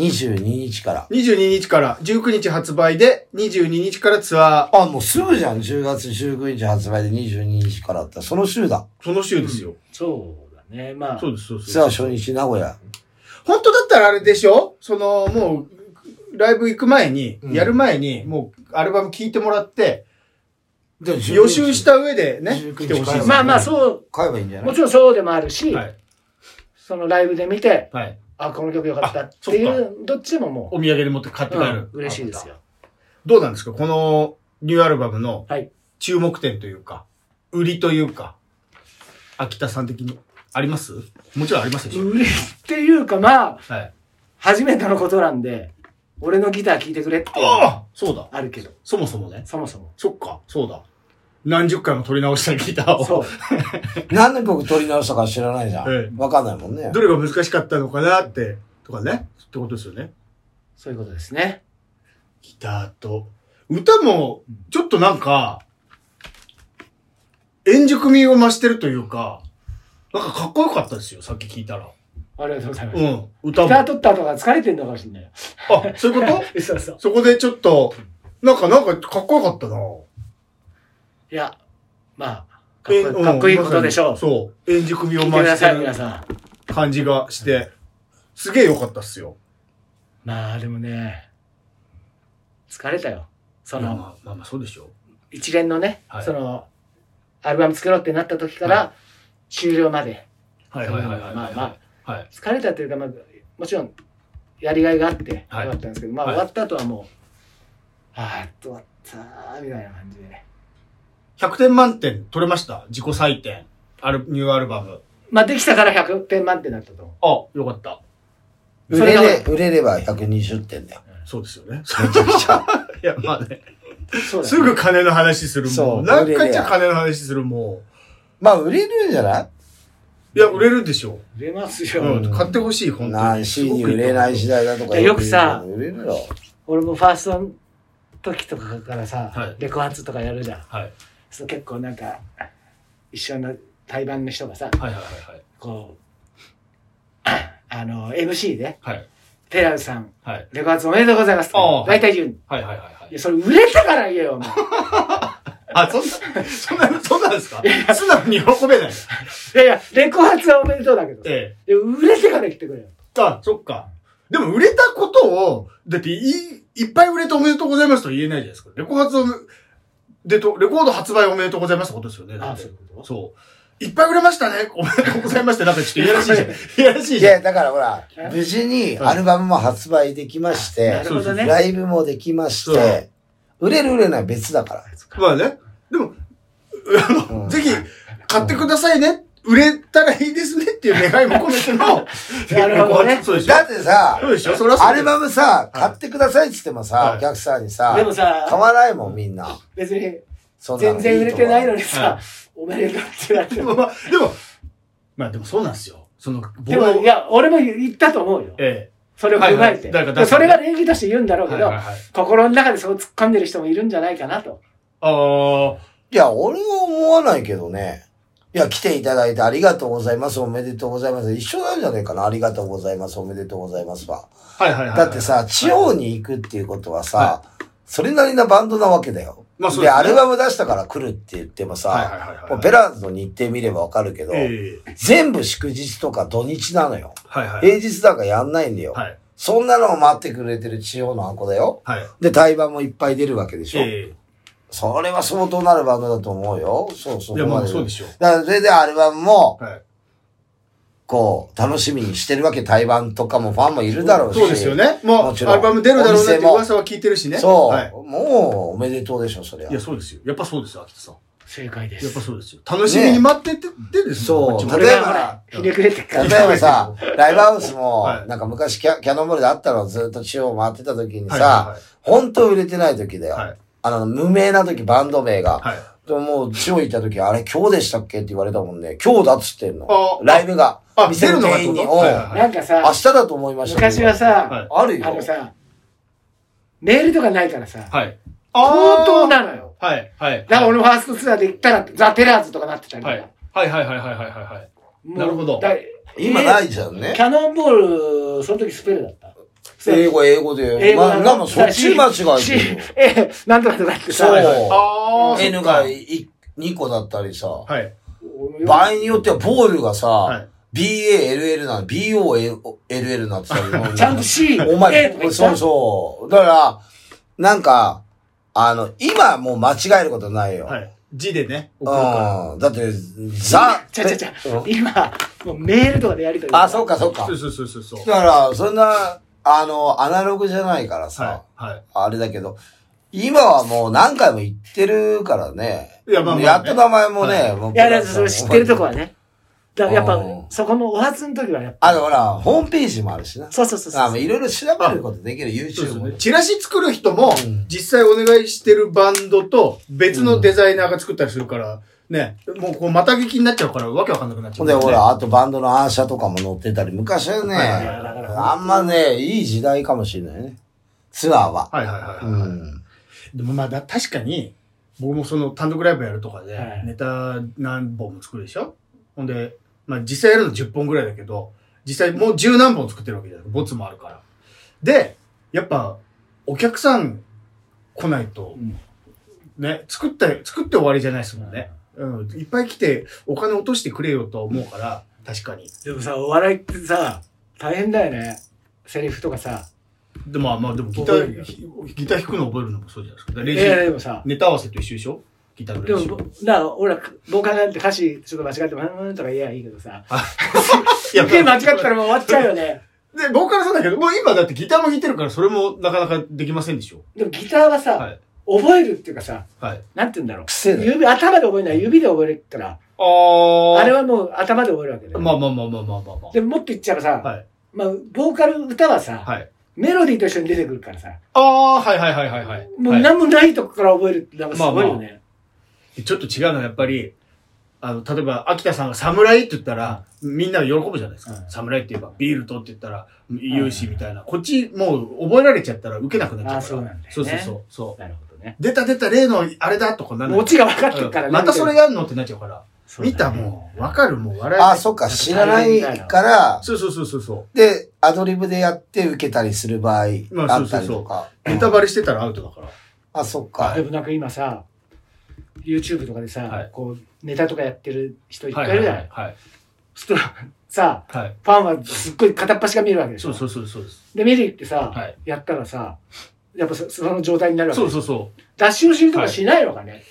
Speaker 1: 22日から。
Speaker 2: 22日から、19日発売で、22日からツア
Speaker 1: あ、もうすぐじゃん。10月19日発売で22日からだったらその週だ。
Speaker 2: ー、その週ですよ。
Speaker 4: そうだね。まあ、
Speaker 2: そうです、そうです。
Speaker 1: ツアー初日名古屋。
Speaker 2: 本当だったらあれでしょその、もう、ライブ行く前に、
Speaker 1: うん
Speaker 2: やる前に、もう、アルバム聴いてもらって、
Speaker 1: で
Speaker 2: 予習し。
Speaker 1: 19
Speaker 2: た上でね、
Speaker 1: 19
Speaker 2: 来てほしい
Speaker 1: 日から
Speaker 2: です。
Speaker 4: まあまあ、そ
Speaker 1: 買えばいいんじゃ
Speaker 4: う、
Speaker 1: な
Speaker 4: も
Speaker 1: い
Speaker 4: ちろんそうでもあるし、
Speaker 2: はい。
Speaker 4: そのライブで見て、
Speaker 2: はい。
Speaker 4: あ、この曲良かったってい、
Speaker 2: あそう
Speaker 4: どっちでもも
Speaker 2: お土産でもって買っ
Speaker 4: う、
Speaker 2: て帰る。
Speaker 4: うん嬉しいですよ。
Speaker 2: どうなんですかこのニューアルバムの
Speaker 4: はい。
Speaker 2: 注目点というか、売りというか、秋田さん的にありますもちろんありますでしょ、
Speaker 4: 売りっていうか、まあ、
Speaker 2: はい。
Speaker 4: 初めてのことなんで、俺のギター聴いてくれって、あ
Speaker 2: ああそうだ。
Speaker 4: るけど、
Speaker 2: そもそもね。
Speaker 4: そもそも。
Speaker 2: そっか、そうだ。何十回も取り直したギターを。
Speaker 4: そう。
Speaker 1: 何年僕取り直したか知らないじゃ
Speaker 2: え
Speaker 1: ん。わかんないもんね。
Speaker 2: どれが難しかったのかなって、とかね。ってことですよね。
Speaker 4: そういうことですね。
Speaker 2: ギターと。歌も、ちょっとなんか、円熟味を増してるというか、なんかかっこよかったですよ、さっき聞いたら。
Speaker 4: ありがとうございます。
Speaker 2: う
Speaker 4: ギ
Speaker 2: ん、歌も。
Speaker 4: ター取った後が疲れてんのかもしれないよ。
Speaker 2: あ、そういうこと
Speaker 4: そう そう。
Speaker 2: そこでちょっと、なんか、なんか、かっこよかったな。
Speaker 4: いや、まあ、かっこいいかっこいいことでしょう。
Speaker 2: えうんまさにそう。円熟味を
Speaker 4: 聞いて
Speaker 2: 増
Speaker 4: くだ
Speaker 2: し
Speaker 4: さ
Speaker 2: て
Speaker 4: い、皆
Speaker 2: る
Speaker 4: さん。
Speaker 2: 感じがして、すげえよかったっすよ。
Speaker 4: まあでもね、疲れたよ。そ
Speaker 2: まあ
Speaker 4: の、
Speaker 2: まあまあまあ、そうでしょ
Speaker 4: 一連のね、
Speaker 2: はい
Speaker 4: その、アルバム作ろうってなった時から、終了まで、
Speaker 2: う。はい
Speaker 4: はいはいはいはいまあま
Speaker 2: はい。
Speaker 4: 疲れたというか、まあ、もちろん、やりがいがあって、よ
Speaker 2: はい
Speaker 4: かったんですけど、まあ
Speaker 2: はい
Speaker 4: 終わった後はもう、ああ、終わったー、みたいな感じで。
Speaker 2: 100点満点取れました自己採点。アル、ニューアルバム。
Speaker 4: まあできたから100点満点だったと思
Speaker 2: あ、
Speaker 4: う。
Speaker 2: よかった。
Speaker 1: 売れれ、売れれば120点だよ。
Speaker 2: そうですよね。
Speaker 1: め ちゃくちゃ。
Speaker 2: いや、まあね。
Speaker 4: そうだね
Speaker 2: すぐ金の話する
Speaker 1: そ
Speaker 2: も。
Speaker 1: うん
Speaker 2: 何回じゃ金の話するも
Speaker 1: まあ、売れるんじゃない
Speaker 2: ん。いや、売れるでしょ
Speaker 4: 売れます
Speaker 2: う。
Speaker 4: よ。
Speaker 2: うん。買ってほしい、本当
Speaker 1: な
Speaker 2: に。
Speaker 1: い CD 売れない時代だとか言うけど
Speaker 4: いやよくさ
Speaker 1: 売れるよ。
Speaker 4: 俺もファーストの時とかからさ、
Speaker 2: はい
Speaker 4: レコ発とかやるじゃん。
Speaker 2: はい。
Speaker 4: そう結構なんか一緒の対バンの人がさ
Speaker 2: はいはいはい
Speaker 4: こうあの MC で
Speaker 2: はい。はい。
Speaker 4: 「寺内さん
Speaker 2: はい。
Speaker 4: レコ発おめでとうございます」
Speaker 2: ああ
Speaker 4: 大体言うん
Speaker 2: はいはいはいはい
Speaker 4: いや。それ売れたから言えよ お前
Speaker 2: あ、そんな、そんな、そんなんですか素直に喜べない。
Speaker 4: いやいやレコ発はおめでとうだけどさい
Speaker 2: え
Speaker 4: や売れてから来てくれよ
Speaker 2: え。あ、そっか。でも売れたことを、だってい、いっぱい売れておめでとうございますとは言えないじゃないですか。レコ発を、でと、レコード発売おめでとうございますってことですよね。だって
Speaker 4: あそういうこと
Speaker 2: そう。いっぱい売れましたね。おめでとうございました。なんかちょっといやらしいじゃん。いやらしい
Speaker 1: い
Speaker 2: じゃ
Speaker 1: や、
Speaker 2: ん。
Speaker 1: だからほら、無事にアルバムも発売できまして、
Speaker 4: なるほどね
Speaker 1: ライブもできまし
Speaker 2: そ
Speaker 1: て
Speaker 2: う、
Speaker 1: 売れる売れない別だから。
Speaker 2: まあね。でも、あの、
Speaker 1: うん
Speaker 2: ぜひ、買ってくださいね。売れたらいいですねっていう願いも込めての。
Speaker 4: なるほどね
Speaker 2: レコ発そうでしょ
Speaker 1: だってさ
Speaker 2: そう、でしょそりゃそう
Speaker 1: ア
Speaker 2: だよ
Speaker 1: ルバムさ、買ってくださいって言っても
Speaker 2: は
Speaker 1: さ
Speaker 2: い、
Speaker 1: お客さんにさ
Speaker 4: で、も
Speaker 1: 買
Speaker 4: さ
Speaker 1: わないもんみんな。
Speaker 4: 別に
Speaker 1: そんなの
Speaker 4: 全然売れてないのに
Speaker 2: は
Speaker 4: さ
Speaker 2: い
Speaker 4: おめでとうってなっ て
Speaker 2: でも、まあ、でも、まあでもそうなんですよ。その、
Speaker 4: でもいや俺も言ったと思うよ
Speaker 2: え
Speaker 4: それを踏まえて
Speaker 2: はいはいだから
Speaker 4: でそれが礼儀として言うんだろ
Speaker 2: え。
Speaker 4: うけど
Speaker 2: はい。
Speaker 4: 心の中でそう突っ込んでる人もいるんじゃないかなと
Speaker 2: あ
Speaker 1: いや、俺は思わないけどね。いや、来ていただいてありがとうございます、おめでとうございます。一緒なんじゃないかな、ありがとうございます、おめでとうございますは。
Speaker 2: あ。はいはいはい。
Speaker 1: だってさ、地方に行くっていうことはさ
Speaker 2: は、
Speaker 1: それなりなバンドなわけだよ。
Speaker 2: まあそう
Speaker 1: で、
Speaker 2: ですね
Speaker 1: アルバム出したから来るって言っても
Speaker 2: はいはい
Speaker 1: さ、
Speaker 2: はいはい。
Speaker 1: もうベラーズの日程見ればわかるけど、
Speaker 2: ええ。
Speaker 1: 全部祝日とか土日なのよ。
Speaker 2: はいはい。
Speaker 1: 平日なんかやんないんだよ。
Speaker 2: はい。
Speaker 1: そんなのを待ってくれてる地方の箱だよ。
Speaker 2: はい。
Speaker 1: で、対バンもいっぱい出るわけでしょ。
Speaker 2: え
Speaker 1: それは相当なるバンドだと思うよ。そう
Speaker 2: え。
Speaker 1: そう。
Speaker 2: いや、まあ
Speaker 1: ここ
Speaker 2: そう
Speaker 1: ま
Speaker 2: でしょう。
Speaker 1: だから、それでアルバムも、
Speaker 2: はい。
Speaker 1: こう、楽しみにしてるわけ、対バンとかもファンもいるだろうし。
Speaker 2: そうですよ。ね。も
Speaker 1: もちろ
Speaker 2: うんアルバム出るだろうなって
Speaker 1: お店も
Speaker 2: 噂は聞いてるしね。
Speaker 1: そう、
Speaker 2: はい。
Speaker 1: もう、おめでとうでしょ、そりゃ
Speaker 2: いや、。そうですよ。やっぱそうですよ、秋田さん。
Speaker 4: 正解で
Speaker 2: やっぱそうですよ。楽しみに待ってててです
Speaker 1: そう
Speaker 2: こっちも
Speaker 1: 例
Speaker 4: 俺
Speaker 1: えば
Speaker 4: がほら、ひねくれてっか
Speaker 1: 例え
Speaker 4: ら。
Speaker 1: ばさ、 ライブハウスも
Speaker 2: は、い
Speaker 1: なんか昔キャキャノンボールであったの、ずっと地方回ってた時に
Speaker 2: はいはい
Speaker 1: さ
Speaker 2: はい、
Speaker 1: 本当売れてない時だよ
Speaker 2: はい。
Speaker 1: あの、無名な時、バンド名が。
Speaker 2: はい。
Speaker 1: でももう、地方行った時、あれ今日でしたっけって言われたもんね。今日だっつってんの
Speaker 2: あ。
Speaker 1: ライブが。
Speaker 2: あ、
Speaker 1: 店
Speaker 2: 出
Speaker 1: の
Speaker 2: るのが
Speaker 1: 店
Speaker 2: って
Speaker 1: 員
Speaker 2: こ
Speaker 1: に、
Speaker 2: と
Speaker 1: おう
Speaker 2: はい
Speaker 4: なんか
Speaker 1: 明
Speaker 4: さ、
Speaker 1: 日だと思いました。
Speaker 4: 昔は、
Speaker 2: はい
Speaker 4: さ、
Speaker 1: ある
Speaker 4: あの
Speaker 1: よ。
Speaker 4: さ、メールとかないからさ、
Speaker 2: はい。
Speaker 4: 口頭
Speaker 2: だ
Speaker 4: なのよ。
Speaker 2: はい。はい。
Speaker 4: だから俺もファーストツアーで行ったら、ザ・テラーズとかなってたりと
Speaker 2: はい
Speaker 4: か。
Speaker 2: はいはいはいはいはいはい。
Speaker 4: もう
Speaker 2: なるほど
Speaker 4: だ
Speaker 1: 今ないじゃんね
Speaker 4: キ。ャノンボール、その時スペルだった。
Speaker 1: 英語、英語で。
Speaker 4: 英語
Speaker 1: まあ、なんかそっち間違 えてる
Speaker 4: C え、なんとかだってさ、
Speaker 1: そう。
Speaker 2: ああ、
Speaker 1: N が2個だったりさ、
Speaker 2: はい。
Speaker 1: 場合によってはボールがさ、
Speaker 2: はい
Speaker 1: BALL な、BOLL なって たりも
Speaker 4: ちゃんと C
Speaker 1: お
Speaker 4: A
Speaker 1: 前
Speaker 4: とか言、った
Speaker 1: そうそう。だから、なんか、あの、今もう間違えることないよ。
Speaker 2: はい。字でね、送るか。
Speaker 1: うん。だって、ザ、
Speaker 4: ちゃちゃちゃ、今、もうメールとかでやりとり。
Speaker 1: あ、そうかそうから
Speaker 2: そう。そうそうそうそう。
Speaker 1: だから、そんな、あの、アナログじゃないからさ、
Speaker 2: はい。はい。
Speaker 1: あれだけど、今はもう何回も言ってるからね。
Speaker 2: いやまあまあね
Speaker 1: やっと名前もね、
Speaker 2: はい
Speaker 1: 僕
Speaker 4: いや、だってそれ知ってるとこはね。だからやっ
Speaker 1: う
Speaker 4: ぱ
Speaker 1: ん、
Speaker 4: そこのお初の時はやっぱ。
Speaker 1: あの、ほら、ホームページもあるしな。
Speaker 4: そうそうそう
Speaker 1: あ
Speaker 4: そ
Speaker 1: の
Speaker 4: う。
Speaker 1: いろいろ調べることできる YouTube も。
Speaker 2: チラシ作る人も、実際お願いしてるバンドと別のデザイナーが作ったりするから、ね、もうこう、また聞きになっちゃうから、わけわかんなくなっちゃ
Speaker 1: ほ
Speaker 2: うん
Speaker 1: で、
Speaker 2: からね。
Speaker 1: ほら、あとバンドのアーシャとかも載ってたり、昔はね、
Speaker 2: はい
Speaker 4: だから
Speaker 1: あんまね、いい時代かもしれないね。ツアーは。
Speaker 2: はいはいはいは
Speaker 1: う
Speaker 2: い。
Speaker 1: ん。
Speaker 2: でもまあだ、確かに、僕もその単独ライブやるとかで
Speaker 4: は、い
Speaker 2: ネタ何本も作るでしょほんで、まあ実際やるの10本ぐらいだけど、実際もう十何本作ってるわけじゃないボツもあるから。で、やっぱ、お客さん来ないと、ね、作った、作って終わりじゃないですもんね。うん、いっぱい来て、お金落としてくれよとは思うから、確かに。
Speaker 4: でもさ、お笑いってさ、大変だよね。セリフとかさ。
Speaker 2: でも、まあまあ、でもギタ
Speaker 4: 覚える
Speaker 2: ー、
Speaker 4: よ
Speaker 2: ひギター弾くの覚えるのもそうじゃないですか。
Speaker 4: い
Speaker 2: レジ、
Speaker 4: や、でもさ、
Speaker 2: ネタ合わせと一緒でしょギターの
Speaker 4: で
Speaker 2: 練
Speaker 4: も
Speaker 2: 習
Speaker 4: ぼ、。だから俺ら、ボーカルなんて歌詞ちょっと間違っても、うーんとか言えばいいけどさ、
Speaker 2: いや
Speaker 4: 受け間違ったらもう終わっちゃうよ ね。
Speaker 2: で、ボーカルさんだけど、もう今だってギターも弾いてるから、それもなかなかできませんでしょ。
Speaker 4: でもギターはさ、
Speaker 2: はい。
Speaker 4: 覚えるっていうかさ、
Speaker 2: はい。
Speaker 4: なんて言うんだろう。
Speaker 1: 癖だよ。
Speaker 4: 指、頭で覚えない、指で覚えるから、
Speaker 2: あー。
Speaker 4: あれはもう頭で覚えるわけだよ。
Speaker 2: まあまあまあまあまあまあま
Speaker 4: でももっと言っちゃえばさ、
Speaker 2: あ。はい。
Speaker 4: まあ、ボーカル歌はさ、
Speaker 2: はい。
Speaker 4: メロディーと一緒に出てくるからさ、
Speaker 2: あー、はいはいはいはいはい。
Speaker 4: もう
Speaker 2: はい
Speaker 4: 何もないとこから覚えるってなんかすごいよね。
Speaker 2: ちょっと違うのはやっぱり、あの、例えば、秋田さんが侍って言ったら、みんなが喜ぶじゃないですか。
Speaker 4: うん
Speaker 2: 侍って言えば、ビールとって言ったら、言うし、みたいな。こっち、もう、覚えられちゃったら、受けなくなっちゃうから。
Speaker 4: あそうなんだよね
Speaker 2: そうそうそうそう。
Speaker 4: なるほどね。
Speaker 2: 出た出た、例の、あれだ、とかなんない
Speaker 4: オチが分かって
Speaker 2: う
Speaker 4: る
Speaker 2: ん
Speaker 4: からね。
Speaker 2: またそれやんのってなっちゃうから。
Speaker 4: うだね
Speaker 2: 見たもう、わかるもう、笑えない
Speaker 1: あ、そっか、知らないから、
Speaker 2: そうそうそうそうそう。
Speaker 1: で、アドリブでやって受けたりする場合、
Speaker 2: まあ
Speaker 1: あったりとか。
Speaker 2: ネタバレしてたらアウトだから。
Speaker 1: あ、そっ
Speaker 4: で
Speaker 1: か。
Speaker 4: もなんか今さ、YouTube とかでさ、
Speaker 2: はい
Speaker 4: こう、ネタとかやってる人いっぱいい
Speaker 2: は
Speaker 4: る
Speaker 2: い
Speaker 4: じゃ
Speaker 2: は
Speaker 4: ない
Speaker 2: い。はい。
Speaker 4: そしたら、さ、
Speaker 2: はい。
Speaker 4: ファンはすっごい片っ端が見るわけでし
Speaker 2: そ
Speaker 4: ょ。
Speaker 2: うそうそうそうです。
Speaker 4: で、見るってさ、
Speaker 2: はい
Speaker 4: やったらさ、やっぱそその状態になるわけ
Speaker 2: そ
Speaker 4: で
Speaker 2: う
Speaker 4: し
Speaker 2: そうそう。
Speaker 4: ょ出し惜しみとかしないのかね。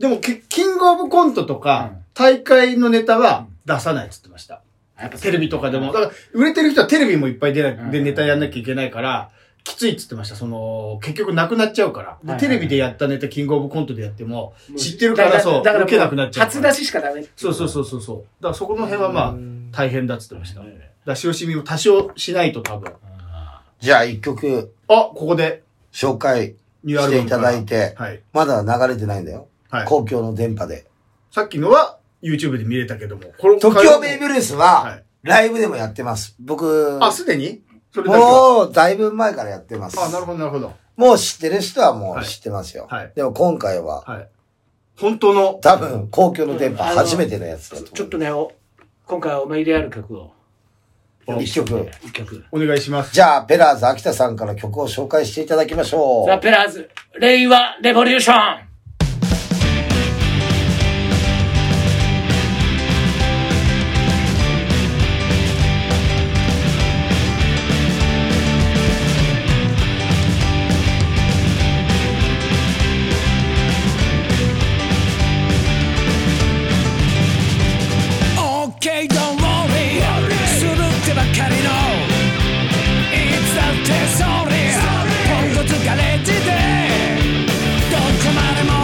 Speaker 2: でもキ、キングオブコントとか、
Speaker 4: うん
Speaker 2: 大会のネタは出さないっつってました。
Speaker 4: やっぱ
Speaker 2: テレビとかでも。
Speaker 4: だ
Speaker 2: だから、売れてる人はテレビもいっぱい出ない、
Speaker 4: うん
Speaker 2: でネタやんなきゃいけないから、きついっつってました。その、結局なくなっちゃうから。で
Speaker 4: はいはいはい
Speaker 2: テレビでやったネタ、キングオブコントでやっても、
Speaker 4: ら
Speaker 2: 知ってるからそう、
Speaker 4: だから
Speaker 2: 受けなくなっちゃうから。
Speaker 4: 初出ししかダメってい
Speaker 2: そうそうそうそうそう。だからそこの辺はまあ、大変だっつってました。
Speaker 4: う
Speaker 2: 出し惜しみも多少しないと多分。あ、
Speaker 1: じゃあ、一曲
Speaker 2: ここで、
Speaker 1: 紹介
Speaker 2: ニューア
Speaker 1: し
Speaker 2: ル
Speaker 1: て
Speaker 2: バ
Speaker 1: い
Speaker 2: ムか
Speaker 1: た
Speaker 2: ら
Speaker 1: だいて、
Speaker 2: はい。
Speaker 1: まだ流れてないんだよ。
Speaker 2: はい。
Speaker 1: 公共の電波で。
Speaker 2: さっきのは YouTube で見れたけども。これ
Speaker 1: 東京ベイブルース
Speaker 2: は、
Speaker 1: はいライブでもやってます。僕、
Speaker 2: あ、すでにそれだけは
Speaker 1: もう、だいぶ前からやってます。
Speaker 2: あ、なるほど、なるほど。
Speaker 1: もう知ってる人はもう
Speaker 2: はい
Speaker 1: 知ってますよ。
Speaker 2: はい
Speaker 1: でも今回は、
Speaker 2: はい。本当の、
Speaker 1: 多分、公共の電波
Speaker 4: うんあの
Speaker 1: 初めてのやつだと思う。
Speaker 4: ちょっとね、お今回は思い入れある曲を。
Speaker 1: 一曲。
Speaker 4: 一曲。
Speaker 2: お願いします。
Speaker 1: じゃあ、ペラーズ秋田さんから曲を紹介していただきましょ
Speaker 4: ザ・
Speaker 1: う。
Speaker 4: ペラーズ、令和レボリューション
Speaker 3: オッケー don't worry するってばかりのいつだって sorry ポンコツガレージでどこまでも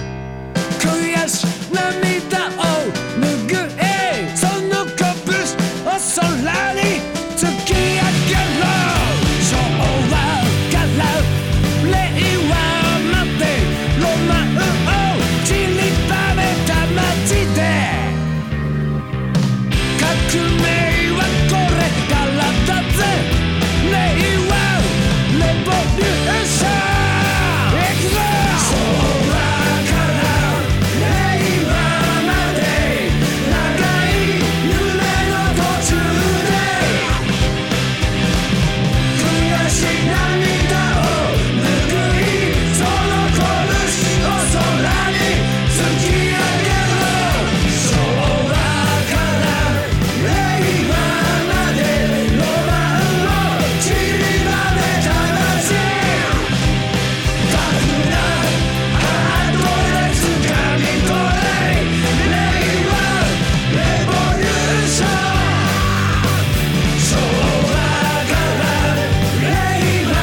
Speaker 3: やし涙を拭えその拳を空に突き上げろ昭和から令和までロマンを散りばめた街で「革命はこれからだぜ」「令和レボリューション」「行くぞ!」「空から令和まで長い夢の途中で」「悔し涙を拭いその拳を空に突き上げろ」「昭和から」「令和までロマンを散りばめた街で」「タフなハードで掴み取れ」「令和レボリューション」「昭和から令和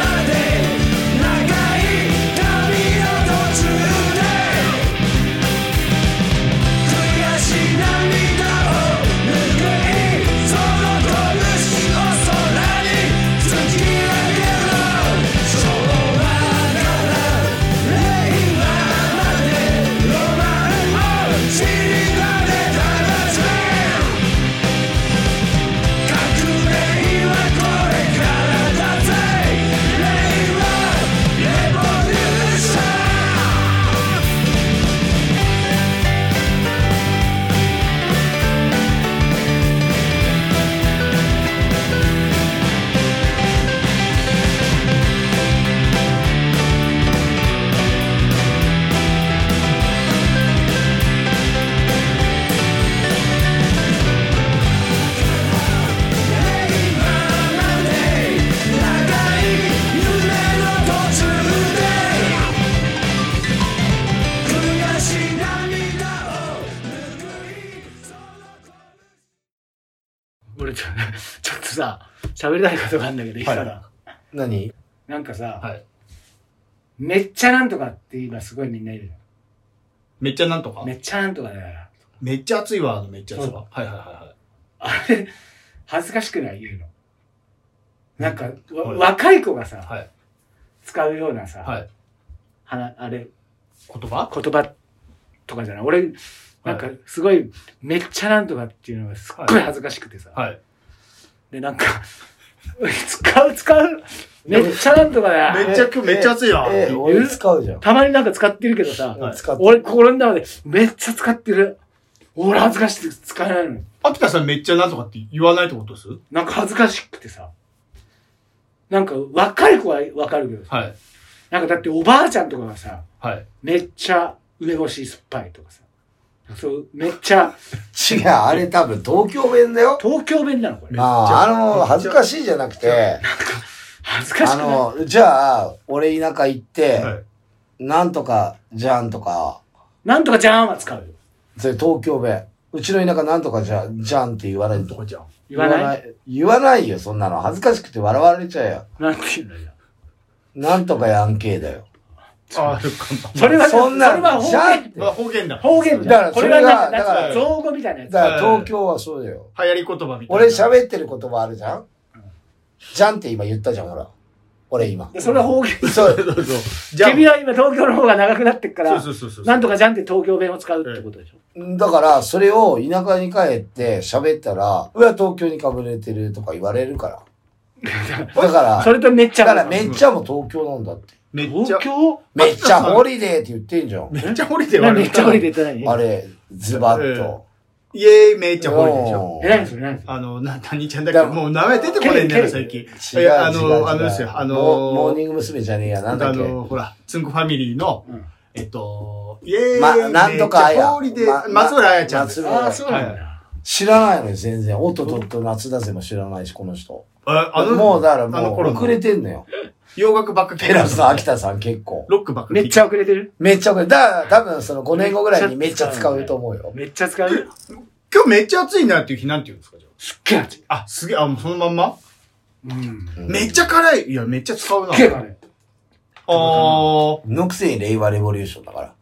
Speaker 3: まで長い旅の途中で」悔し涙を拭いその拳を空に突き上げろ昭和から令和までロマンを散りばめた街革命はこれからだぜ令和レボリューション「長い夢の途中で」「悔し涙を拭いその声」
Speaker 4: 俺ちょ、 ちょっとさ、喋りたいことがあるんだけど、いいかな
Speaker 1: 何
Speaker 4: なんかさ、
Speaker 2: はい
Speaker 4: めっちゃなんとかって今すごいみんないるじ
Speaker 2: めっちゃなんとか
Speaker 4: ゃん。めっちゃなんとかだから。
Speaker 2: めっちゃ熱いわ、あのめっちゃ熱い
Speaker 4: そう
Speaker 2: わ。はいはいはいはい。
Speaker 4: あれ、恥ずかしくない言うの。なんか、わ
Speaker 2: はい
Speaker 4: 若い子がさ、
Speaker 2: はい
Speaker 4: 使うようなさ、
Speaker 2: はい。
Speaker 4: はなあれ、
Speaker 2: 言葉
Speaker 4: 言葉とかじゃない。俺、なんかすごい、めっちゃなんとかっていうのがすっごい恥ずかしくてさ。
Speaker 2: はい。
Speaker 4: で、なんか、 使う使う、めっちゃなんとかだ
Speaker 2: めっちゃ今日めっちゃ熱いわ。
Speaker 1: ええ、俺使うじゃん。
Speaker 4: たまになんか使ってるけどさ、
Speaker 2: はい
Speaker 1: 使って。
Speaker 4: 俺心の中でめっちゃ使ってる。俺恥ずかしくて使えないのに。
Speaker 2: 秋田さんめっちゃなんとかって言わないってことです
Speaker 4: なんか恥ずかしくてさ。なんか若い子はわかるけどさ。
Speaker 2: はい。
Speaker 4: なんかだっておばあちゃんとかがさ、
Speaker 2: はい。
Speaker 4: めっちゃ梅干し酸っぱいとかさ。そう、めっちゃ、
Speaker 1: 違う、あれ多分東京弁だよ。
Speaker 4: 東京弁なのこれ。
Speaker 1: ああ、あの、恥ずかしいじゃなくて、
Speaker 4: 恥ずかし
Speaker 1: あ
Speaker 4: くない。
Speaker 1: の、じゃあ、俺田舎行って、
Speaker 2: はい。
Speaker 1: なんとかじゃんとか、
Speaker 4: なんとかじゃーんは使うよ。
Speaker 1: それ東京弁。うちの田舎なんとかじゃ、じゃんって言われる
Speaker 2: と
Speaker 1: と。
Speaker 2: かじゃん。
Speaker 4: 言わない
Speaker 1: い言わないよ、そんなの。恥ずかしくて笑われちゃうよ。
Speaker 4: なんて言うんだよ。
Speaker 1: なんとかやんけいだよ。
Speaker 2: ああ、よかった。
Speaker 4: それは、
Speaker 1: そんな
Speaker 4: それは
Speaker 1: の、じゃんっ
Speaker 4: 方
Speaker 1: て。
Speaker 2: あ方言だ。流
Speaker 4: 言。方言
Speaker 1: だから
Speaker 4: こ
Speaker 1: そ
Speaker 4: れ
Speaker 1: れが
Speaker 4: はなんか、
Speaker 1: だか
Speaker 4: なん
Speaker 1: ら
Speaker 4: か造語みたいなやつ。
Speaker 1: だから東京はそうだよ。
Speaker 2: 行り言葉みたいな。
Speaker 1: 俺喋ってる言葉あるじゃんじゃんって今言ったじゃん、ほら。俺今。
Speaker 4: でそれは方言。
Speaker 1: そう。
Speaker 2: そうそう。じゃあ、
Speaker 4: 君は今東京の方が長くなってっから、
Speaker 2: そうそうそうそう。
Speaker 4: なんとかじゃんって東京弁を使うってことでしょ。
Speaker 1: だから、それを田舎に帰って喋ったら、うわ、東京にかぶれてるとか言われるから。だから、
Speaker 4: それとめっち
Speaker 1: だ
Speaker 4: ゃ
Speaker 1: か
Speaker 4: 合う
Speaker 1: らめっちゃも東京なんだって。
Speaker 2: めっちゃ
Speaker 4: 東、京
Speaker 1: めっちゃホリデーって言ってんじゃん。
Speaker 2: めっちゃホリデー
Speaker 4: なんでめっちゃ降り
Speaker 2: デ
Speaker 4: てってない
Speaker 1: あれ、ズバッと。
Speaker 2: イエーイ、めっちゃホリデーでしょ。
Speaker 1: うん
Speaker 4: え、何それ何それ
Speaker 2: あの、な、何ちゃんだっけもう名前出てこないんだよ、最近。
Speaker 1: 違う
Speaker 2: いや、あ
Speaker 1: 違う違う
Speaker 2: の、あのですよ、あの、
Speaker 1: モモーニング娘。じゃねえや、なんだ
Speaker 2: あ
Speaker 1: っけ。
Speaker 2: の、ほら、つんこファミリーの、
Speaker 4: うん
Speaker 2: えっと、イエーイ、
Speaker 1: ま、なんとかあや。
Speaker 2: ホリデー、
Speaker 1: ま
Speaker 2: 松浦彩ちゃんです。
Speaker 1: 松
Speaker 4: あ
Speaker 1: 村
Speaker 4: あ、
Speaker 1: 彩
Speaker 4: そうなんだ。
Speaker 1: 知らないのよ、全然。おっとっとっと夏だぜも知らないし、この人。
Speaker 2: ああの、
Speaker 1: もうだから
Speaker 2: あの
Speaker 1: もう
Speaker 2: 頃の
Speaker 1: 遅れてんのよ。
Speaker 2: 洋楽ばっか聞い
Speaker 1: ペ
Speaker 2: て
Speaker 1: ラ
Speaker 2: た
Speaker 1: スと秋田さん結構。
Speaker 2: ロックばっか
Speaker 4: めっち
Speaker 2: ゃ。
Speaker 4: ゃ遅れてる
Speaker 1: めっちゃ遅れだから多分その5年後ぐらいにめっちゃ使うと思うよ。
Speaker 4: めっちゃ使う
Speaker 2: 今日めっちゃ暑いなっていう日なんて言うんですか、じゃ
Speaker 4: すっげえ熱い。
Speaker 2: あ。あ、すげえ、あ、もうそのまんま、
Speaker 4: うん。
Speaker 2: めっちゃ辛い。いや、めっちゃ使うな。
Speaker 4: すっげえあれ。
Speaker 2: あー。
Speaker 1: のくせに令和レボリューションだから。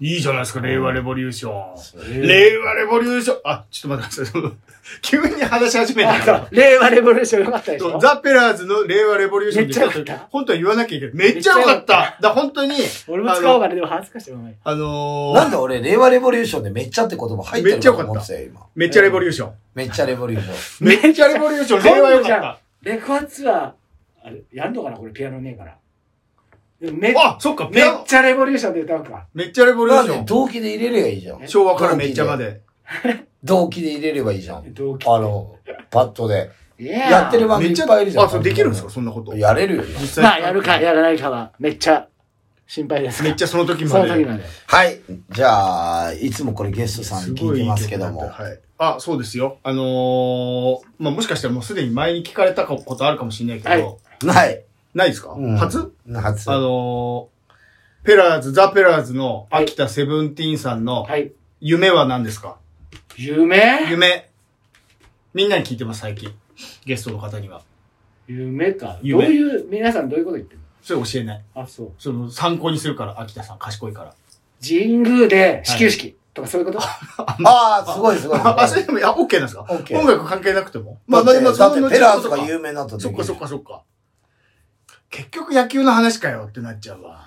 Speaker 2: いいじゃないですか、令和レボリューション。令和レボリューション、あ、ちょっと待ってください。 急に話し始めたから。
Speaker 4: 令和レボリューションよかったでし
Speaker 2: そ
Speaker 4: ょ
Speaker 2: うザ・ペラーズの令和レボリューション
Speaker 4: めっちゃ良かった
Speaker 2: 本当は言わなきゃいけない。めっちゃ良かった。
Speaker 4: めっちゃ良か
Speaker 2: だから本当に、
Speaker 4: 俺も
Speaker 2: あ
Speaker 4: 使おう
Speaker 2: の
Speaker 4: かな、でも恥ずかしい。お前
Speaker 2: あのー
Speaker 1: なんで俺、令和レボリューションでめっちゃって言葉入ってるのかと思ってたよ、今。
Speaker 2: めっちゃレボリューション。
Speaker 1: めっちゃレボリューション。
Speaker 2: めっちゃレボリューション、令和良かった。
Speaker 4: レコアツアー、あれ、やんのかなこれピアノねえから。でもめ
Speaker 2: あ、そっか、め
Speaker 4: めっ
Speaker 2: っちゃ。
Speaker 4: ちゃレボリューションで歌うか。
Speaker 2: めっちゃレボリュ
Speaker 1: な
Speaker 2: ー
Speaker 1: ん
Speaker 2: シ
Speaker 1: で
Speaker 2: ョン。
Speaker 1: 同期で入れればいいじゃん。
Speaker 2: 昭和からめっちゃまで。
Speaker 1: 同期で入れればいいじゃん。
Speaker 4: 同期
Speaker 1: あの、パッドで。
Speaker 4: い
Speaker 1: やってる番
Speaker 2: め
Speaker 1: 組
Speaker 2: っ
Speaker 1: い
Speaker 2: ち
Speaker 1: っぱいいるじゃ
Speaker 2: ゃ、
Speaker 1: ん。
Speaker 2: あ、そうできるんですかそんなこと。
Speaker 1: やれるよ。
Speaker 2: 実際
Speaker 4: まあ、やるかやらないかは、めっちゃ心配ですが。
Speaker 2: めっちゃその時
Speaker 4: そ
Speaker 2: ま
Speaker 4: の時
Speaker 2: で。
Speaker 4: まで。
Speaker 1: はい。じゃあ、いつもこれゲストさん
Speaker 2: す
Speaker 1: に聞い
Speaker 2: ごい
Speaker 1: て
Speaker 2: いい
Speaker 1: ま
Speaker 2: 曲
Speaker 1: すけども。
Speaker 2: だったはい。あ、そうですよ。あのー、まあ、もしかしたらもうすでに前に聞かれたことあるかもしれないけど、
Speaker 4: はい
Speaker 1: はい。
Speaker 2: ないですか、
Speaker 1: うん
Speaker 2: 初
Speaker 1: 初
Speaker 2: あ。のー、ペラーズ、ザ・ペラーズの秋田セブンティーンさんの
Speaker 4: はい。
Speaker 2: 夢は何ですか、
Speaker 4: 夢
Speaker 2: 夢。みんなに聞いてます、最近。ゲストの方には。
Speaker 4: 夢か。どう
Speaker 2: 夢
Speaker 4: いう、皆さんどういうこと言ってる
Speaker 2: それ教えない。
Speaker 4: のあ、そう。
Speaker 2: その参考にするから、秋田さん、賢いから。
Speaker 4: 神宮で始球式とかそういうこと
Speaker 1: ああ、すごいすごい。
Speaker 2: あ、それでも、あ、オッケーなんですか
Speaker 1: オッケー
Speaker 2: 音楽関係なくても。
Speaker 1: まあ、だって、だ
Speaker 2: その
Speaker 1: っ
Speaker 2: 後
Speaker 1: てペラーズが
Speaker 2: そ
Speaker 1: 有名になった時
Speaker 2: っかそっかそっか。結局野球の話かよってなっちゃうわ。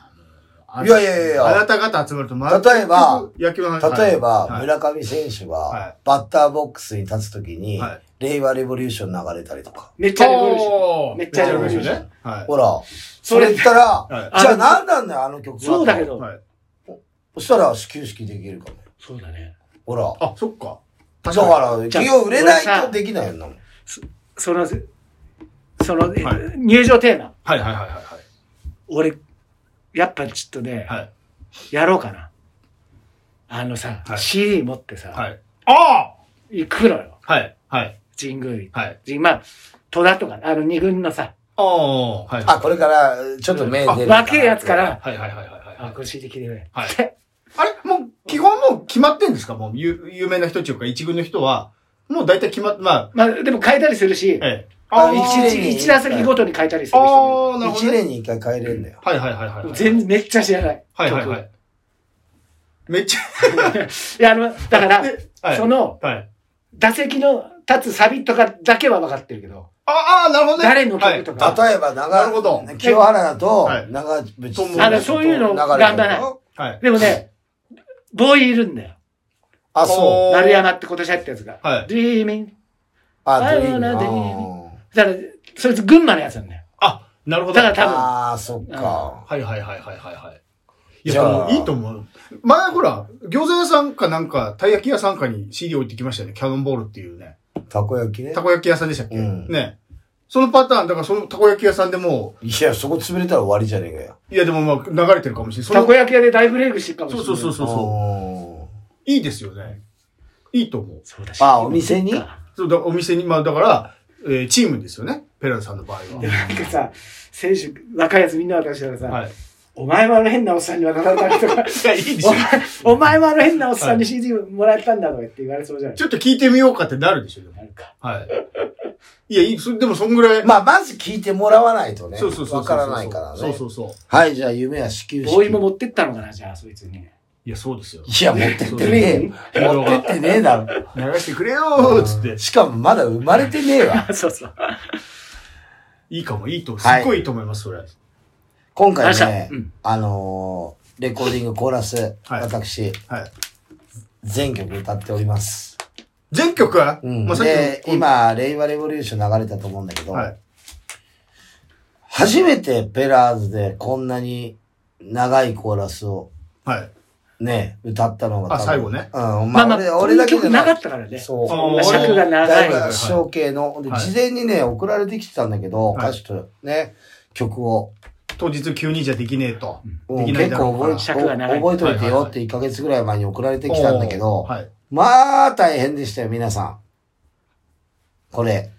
Speaker 1: いやいやいやいや
Speaker 2: あなた方集まると、ま
Speaker 1: 例えば、
Speaker 2: 野球の話。
Speaker 1: 例えば、
Speaker 2: はい
Speaker 1: 村上選手
Speaker 2: は
Speaker 1: が
Speaker 2: い、
Speaker 1: バッターボックスに立つときに、
Speaker 2: はい
Speaker 1: 令和レボリューション流れたりとか。
Speaker 4: めっちゃレボリューション。
Speaker 2: おー
Speaker 4: めっちゃ
Speaker 1: レボリューション
Speaker 2: ね。はい。
Speaker 1: ほら、そ
Speaker 4: それ
Speaker 1: れ言ったら、
Speaker 2: はい
Speaker 4: あ
Speaker 1: じゃあ何なんだよ、あの曲は。
Speaker 4: そうだけど。
Speaker 2: はい。
Speaker 1: そしたら、始球式できるかも。
Speaker 4: そうだね。
Speaker 1: ほら。
Speaker 2: あ、そっか。
Speaker 1: だ
Speaker 2: 確
Speaker 1: か
Speaker 2: かに
Speaker 1: ら、企業売れな
Speaker 4: じゃ
Speaker 1: い
Speaker 4: あ
Speaker 1: とできないよなもん。
Speaker 4: その、その、
Speaker 2: い
Speaker 4: 入場テーマ。
Speaker 2: はいはいはいはいはい。
Speaker 4: 俺、やっぱちょっとね、
Speaker 2: はい。
Speaker 4: やろうかな。あのさ、
Speaker 2: はい
Speaker 4: CD 持ってさ、
Speaker 2: はい。あ
Speaker 4: 行くのよ。
Speaker 2: あはい。はい。
Speaker 4: 神宮行って
Speaker 2: はい。
Speaker 4: じまあ、戸田とか、あの二軍のさ、
Speaker 2: ああ、はい。
Speaker 1: あ、これから、ちょっと目出るかな。
Speaker 4: 若いやつから、
Speaker 2: はいはいはいはいは
Speaker 4: あ、
Speaker 2: い。
Speaker 4: これ CD 聞いてくれ。
Speaker 2: はいあれもう、基本もう決まってんですかもう、有有名な人っていうか、一軍の人は、もう大体決まっ、まあ、
Speaker 4: まあ、でも変えたりする
Speaker 2: え
Speaker 4: し、
Speaker 2: え。
Speaker 1: あ
Speaker 2: ー
Speaker 1: 一年
Speaker 4: 一一打席ごとに変えたりする人
Speaker 2: ああ、なるほ
Speaker 1: 一
Speaker 2: ど、ね。
Speaker 1: 年に一回帰れんだよ。
Speaker 2: はいはいはいはい
Speaker 4: も
Speaker 2: は
Speaker 4: いる。
Speaker 2: い。
Speaker 4: 全然めっちゃ知らない。
Speaker 2: はいはいは
Speaker 4: 曲
Speaker 2: い。めっ ち
Speaker 4: いや、あの、だから
Speaker 2: ゃ、、えはい。
Speaker 4: その、
Speaker 2: はい。
Speaker 4: 打席の立つサビとかだけは分かってるけど、
Speaker 2: ああ、なるほどね。
Speaker 4: 誰の曲と
Speaker 2: は
Speaker 4: か、
Speaker 1: 例えば、長、
Speaker 2: なるほど
Speaker 1: 清原と
Speaker 2: は、い
Speaker 1: 長渕さん
Speaker 2: あの
Speaker 4: そういう
Speaker 1: 流れ
Speaker 4: の
Speaker 1: てる
Speaker 4: 頑張らない
Speaker 2: い。はい。
Speaker 4: で もね、ボーイいるんだよ。
Speaker 1: あ、そう。
Speaker 2: おー
Speaker 4: 丸山って今年入ったやつが。
Speaker 2: はい
Speaker 4: Dreaming。
Speaker 1: あ、
Speaker 4: あ
Speaker 1: ドリーム
Speaker 4: なるほ
Speaker 1: あ
Speaker 4: どだから、そいつ群馬のやつなんだよ。
Speaker 2: あ、なるほど。
Speaker 4: だから
Speaker 1: ー
Speaker 4: 多分、
Speaker 1: あー、そっか。
Speaker 2: はいはいはいはいはいはい。い
Speaker 1: じ
Speaker 2: や、
Speaker 1: ゃ
Speaker 2: で
Speaker 1: あ
Speaker 2: もいいと思う。前ほら、餃子屋さんかなんか、たい焼き屋さんかに CD 置いてきましたよね。キャノンボールっていうね。
Speaker 1: たこ焼きね
Speaker 2: た。こ焼き屋さんでしたっけ、
Speaker 1: うん
Speaker 2: ね。そのパターン、だからそのたこ焼き屋さんでも
Speaker 1: いや、そこ潰れたら終わりじゃねえかよ。
Speaker 2: う、いやでもまあ流れてるかもしれない。そ
Speaker 4: た
Speaker 2: の
Speaker 4: こ焼き屋で大ブレイクしてるかもしれ
Speaker 2: そう
Speaker 4: ない。
Speaker 2: そうそうそうそ
Speaker 1: おー
Speaker 2: う。いいですよね。いいと思う。
Speaker 4: そうだ
Speaker 1: あお店に
Speaker 4: なんか
Speaker 2: そうだお店に、まあだから、えーチームですよね。ペラルさんの場合
Speaker 4: さ、選手、若いやつみんな渡したらさ、
Speaker 2: は。はい。
Speaker 4: お前はあの変なおっさんに渡されたりとか、
Speaker 2: いや、いいです
Speaker 4: お
Speaker 2: よ。
Speaker 4: 前お前はあの変なおっさんに CD もらったんだとか言って言われそうじゃない
Speaker 2: ちょっと聞いてみようかってなるでしょ、でも
Speaker 4: なるか。
Speaker 2: はい。いや、いい、そでもそんぐらい、
Speaker 1: まあ、まず聞いてもらわないとね。
Speaker 2: そうそうそうそう。
Speaker 1: わからないからね。
Speaker 2: そうそうそう。
Speaker 1: はい、じゃあ夢は始球式。
Speaker 4: ボーイも持ってったのかな、じゃあ、そいつ に。
Speaker 2: いや、そうですよ。
Speaker 1: いや、持ってってねえよ。持ってってねえだろ。
Speaker 2: 流してくれよーっつって。
Speaker 1: しかもまだ生まれてねえわ。
Speaker 4: そうそう。
Speaker 2: いいかも、いいと、す
Speaker 1: はい
Speaker 2: っごいいいと思います、それ。
Speaker 1: 今回
Speaker 4: 話した
Speaker 1: ね、
Speaker 4: うん
Speaker 1: あのーレコーディングコーラス、
Speaker 2: はい
Speaker 1: 私、
Speaker 2: はい。
Speaker 1: 全曲歌っております。
Speaker 2: 全曲は
Speaker 1: うん。
Speaker 2: まあさっきの
Speaker 1: で、
Speaker 2: この
Speaker 1: 今、レイワレボリューション流れたと思うんだけど、
Speaker 2: はい。
Speaker 1: 初めてペラーズでこんなに長いコーラスを
Speaker 2: はい。ね
Speaker 1: ね、歌ったのが多分
Speaker 2: あ最後ね
Speaker 1: うん、
Speaker 4: ま
Speaker 1: ま
Speaker 4: あ
Speaker 1: あ、
Speaker 4: まあ、
Speaker 1: 俺
Speaker 4: こ
Speaker 1: 俺
Speaker 4: の
Speaker 1: だけじ
Speaker 4: 曲
Speaker 1: ゃ
Speaker 4: なか
Speaker 1: な
Speaker 4: ったからね。そ
Speaker 1: そう。
Speaker 2: あ
Speaker 4: んな尺が長
Speaker 1: だい
Speaker 4: い
Speaker 1: ぶ
Speaker 2: は。い
Speaker 1: 師匠系の、で
Speaker 2: はい
Speaker 1: 事前にね、送られてきてたんだけど、
Speaker 2: はい
Speaker 1: 歌手とね、曲を、
Speaker 2: 当日急にじゃできねえと。
Speaker 1: うん
Speaker 2: できない
Speaker 1: 結
Speaker 2: だ
Speaker 1: 構
Speaker 2: ろうか
Speaker 1: 覚え
Speaker 2: ら。
Speaker 4: 尺が長い
Speaker 1: 覚えといて
Speaker 2: はいはい
Speaker 1: よ
Speaker 2: はい
Speaker 1: って1ヶ月ぐらい前に送られてきたんだけど、
Speaker 2: おーはい。
Speaker 1: まあ、大変でしたよ、皆さん。これ、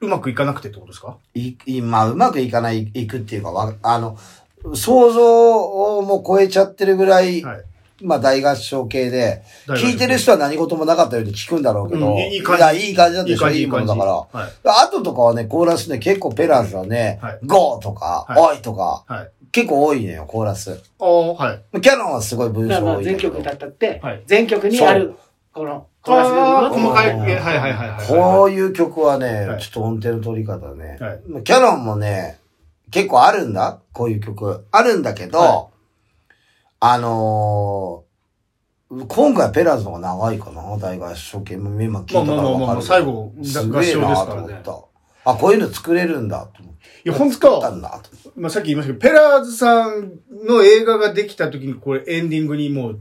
Speaker 2: うまくいかなくてってことですか
Speaker 1: い、いまあ、うまくいかない、いくっていうか、わあの、想像をもう超えちゃってるぐらい、
Speaker 2: はい。
Speaker 1: まあ、大合唱系で、
Speaker 2: 大合唱系
Speaker 1: 聞いてる人は何事もなかったように聞くんだろうけど、
Speaker 2: うんいいいい感じ
Speaker 1: やいい感じだったでしょ、
Speaker 2: いい感じ
Speaker 1: いいものだから。
Speaker 2: いい感
Speaker 1: あととかはね、コーラスね、結構ペラーズはね、
Speaker 2: はい
Speaker 1: ゴーとか、
Speaker 2: は
Speaker 1: おいとか、
Speaker 2: はい。
Speaker 1: 結構多いのよ、コーラス。
Speaker 2: ああ、はい。
Speaker 1: キャノンはすごい文
Speaker 4: だか
Speaker 1: 章
Speaker 4: らまあ
Speaker 1: 多いんだ
Speaker 4: 全
Speaker 1: けど
Speaker 4: 曲歌ったって
Speaker 2: はい、
Speaker 4: 全曲にある、この、コーラス
Speaker 2: ああ、
Speaker 4: 部分
Speaker 2: 細
Speaker 4: を
Speaker 2: かい系。はいはいはいはい。
Speaker 1: こういう曲はね、
Speaker 2: はい
Speaker 1: ちょっと音程の取り方ね。
Speaker 2: はい
Speaker 1: まあキャノンもね、結構あるんだ。こういう曲。あるんだけど、
Speaker 2: は
Speaker 1: あのー、今回ペラーズの方が長いかな。大合唱系も今聞いた
Speaker 2: まあ
Speaker 1: か
Speaker 2: ま
Speaker 1: ら
Speaker 2: あまあまあま
Speaker 1: わ
Speaker 2: あ、
Speaker 1: か
Speaker 2: 最
Speaker 1: る。
Speaker 2: 後、合
Speaker 1: す
Speaker 2: 唱
Speaker 1: げ
Speaker 2: です
Speaker 1: え
Speaker 2: か
Speaker 1: なと
Speaker 2: ら
Speaker 1: 思
Speaker 2: ね
Speaker 1: っ。た。あ、こういうの作れるんだと思って。
Speaker 2: いや、本
Speaker 1: 作った
Speaker 2: 当
Speaker 1: んだと思って。
Speaker 2: まあ、さっき言いましたけど、ペラーズさんの映画ができた時に、これエンディングにもう、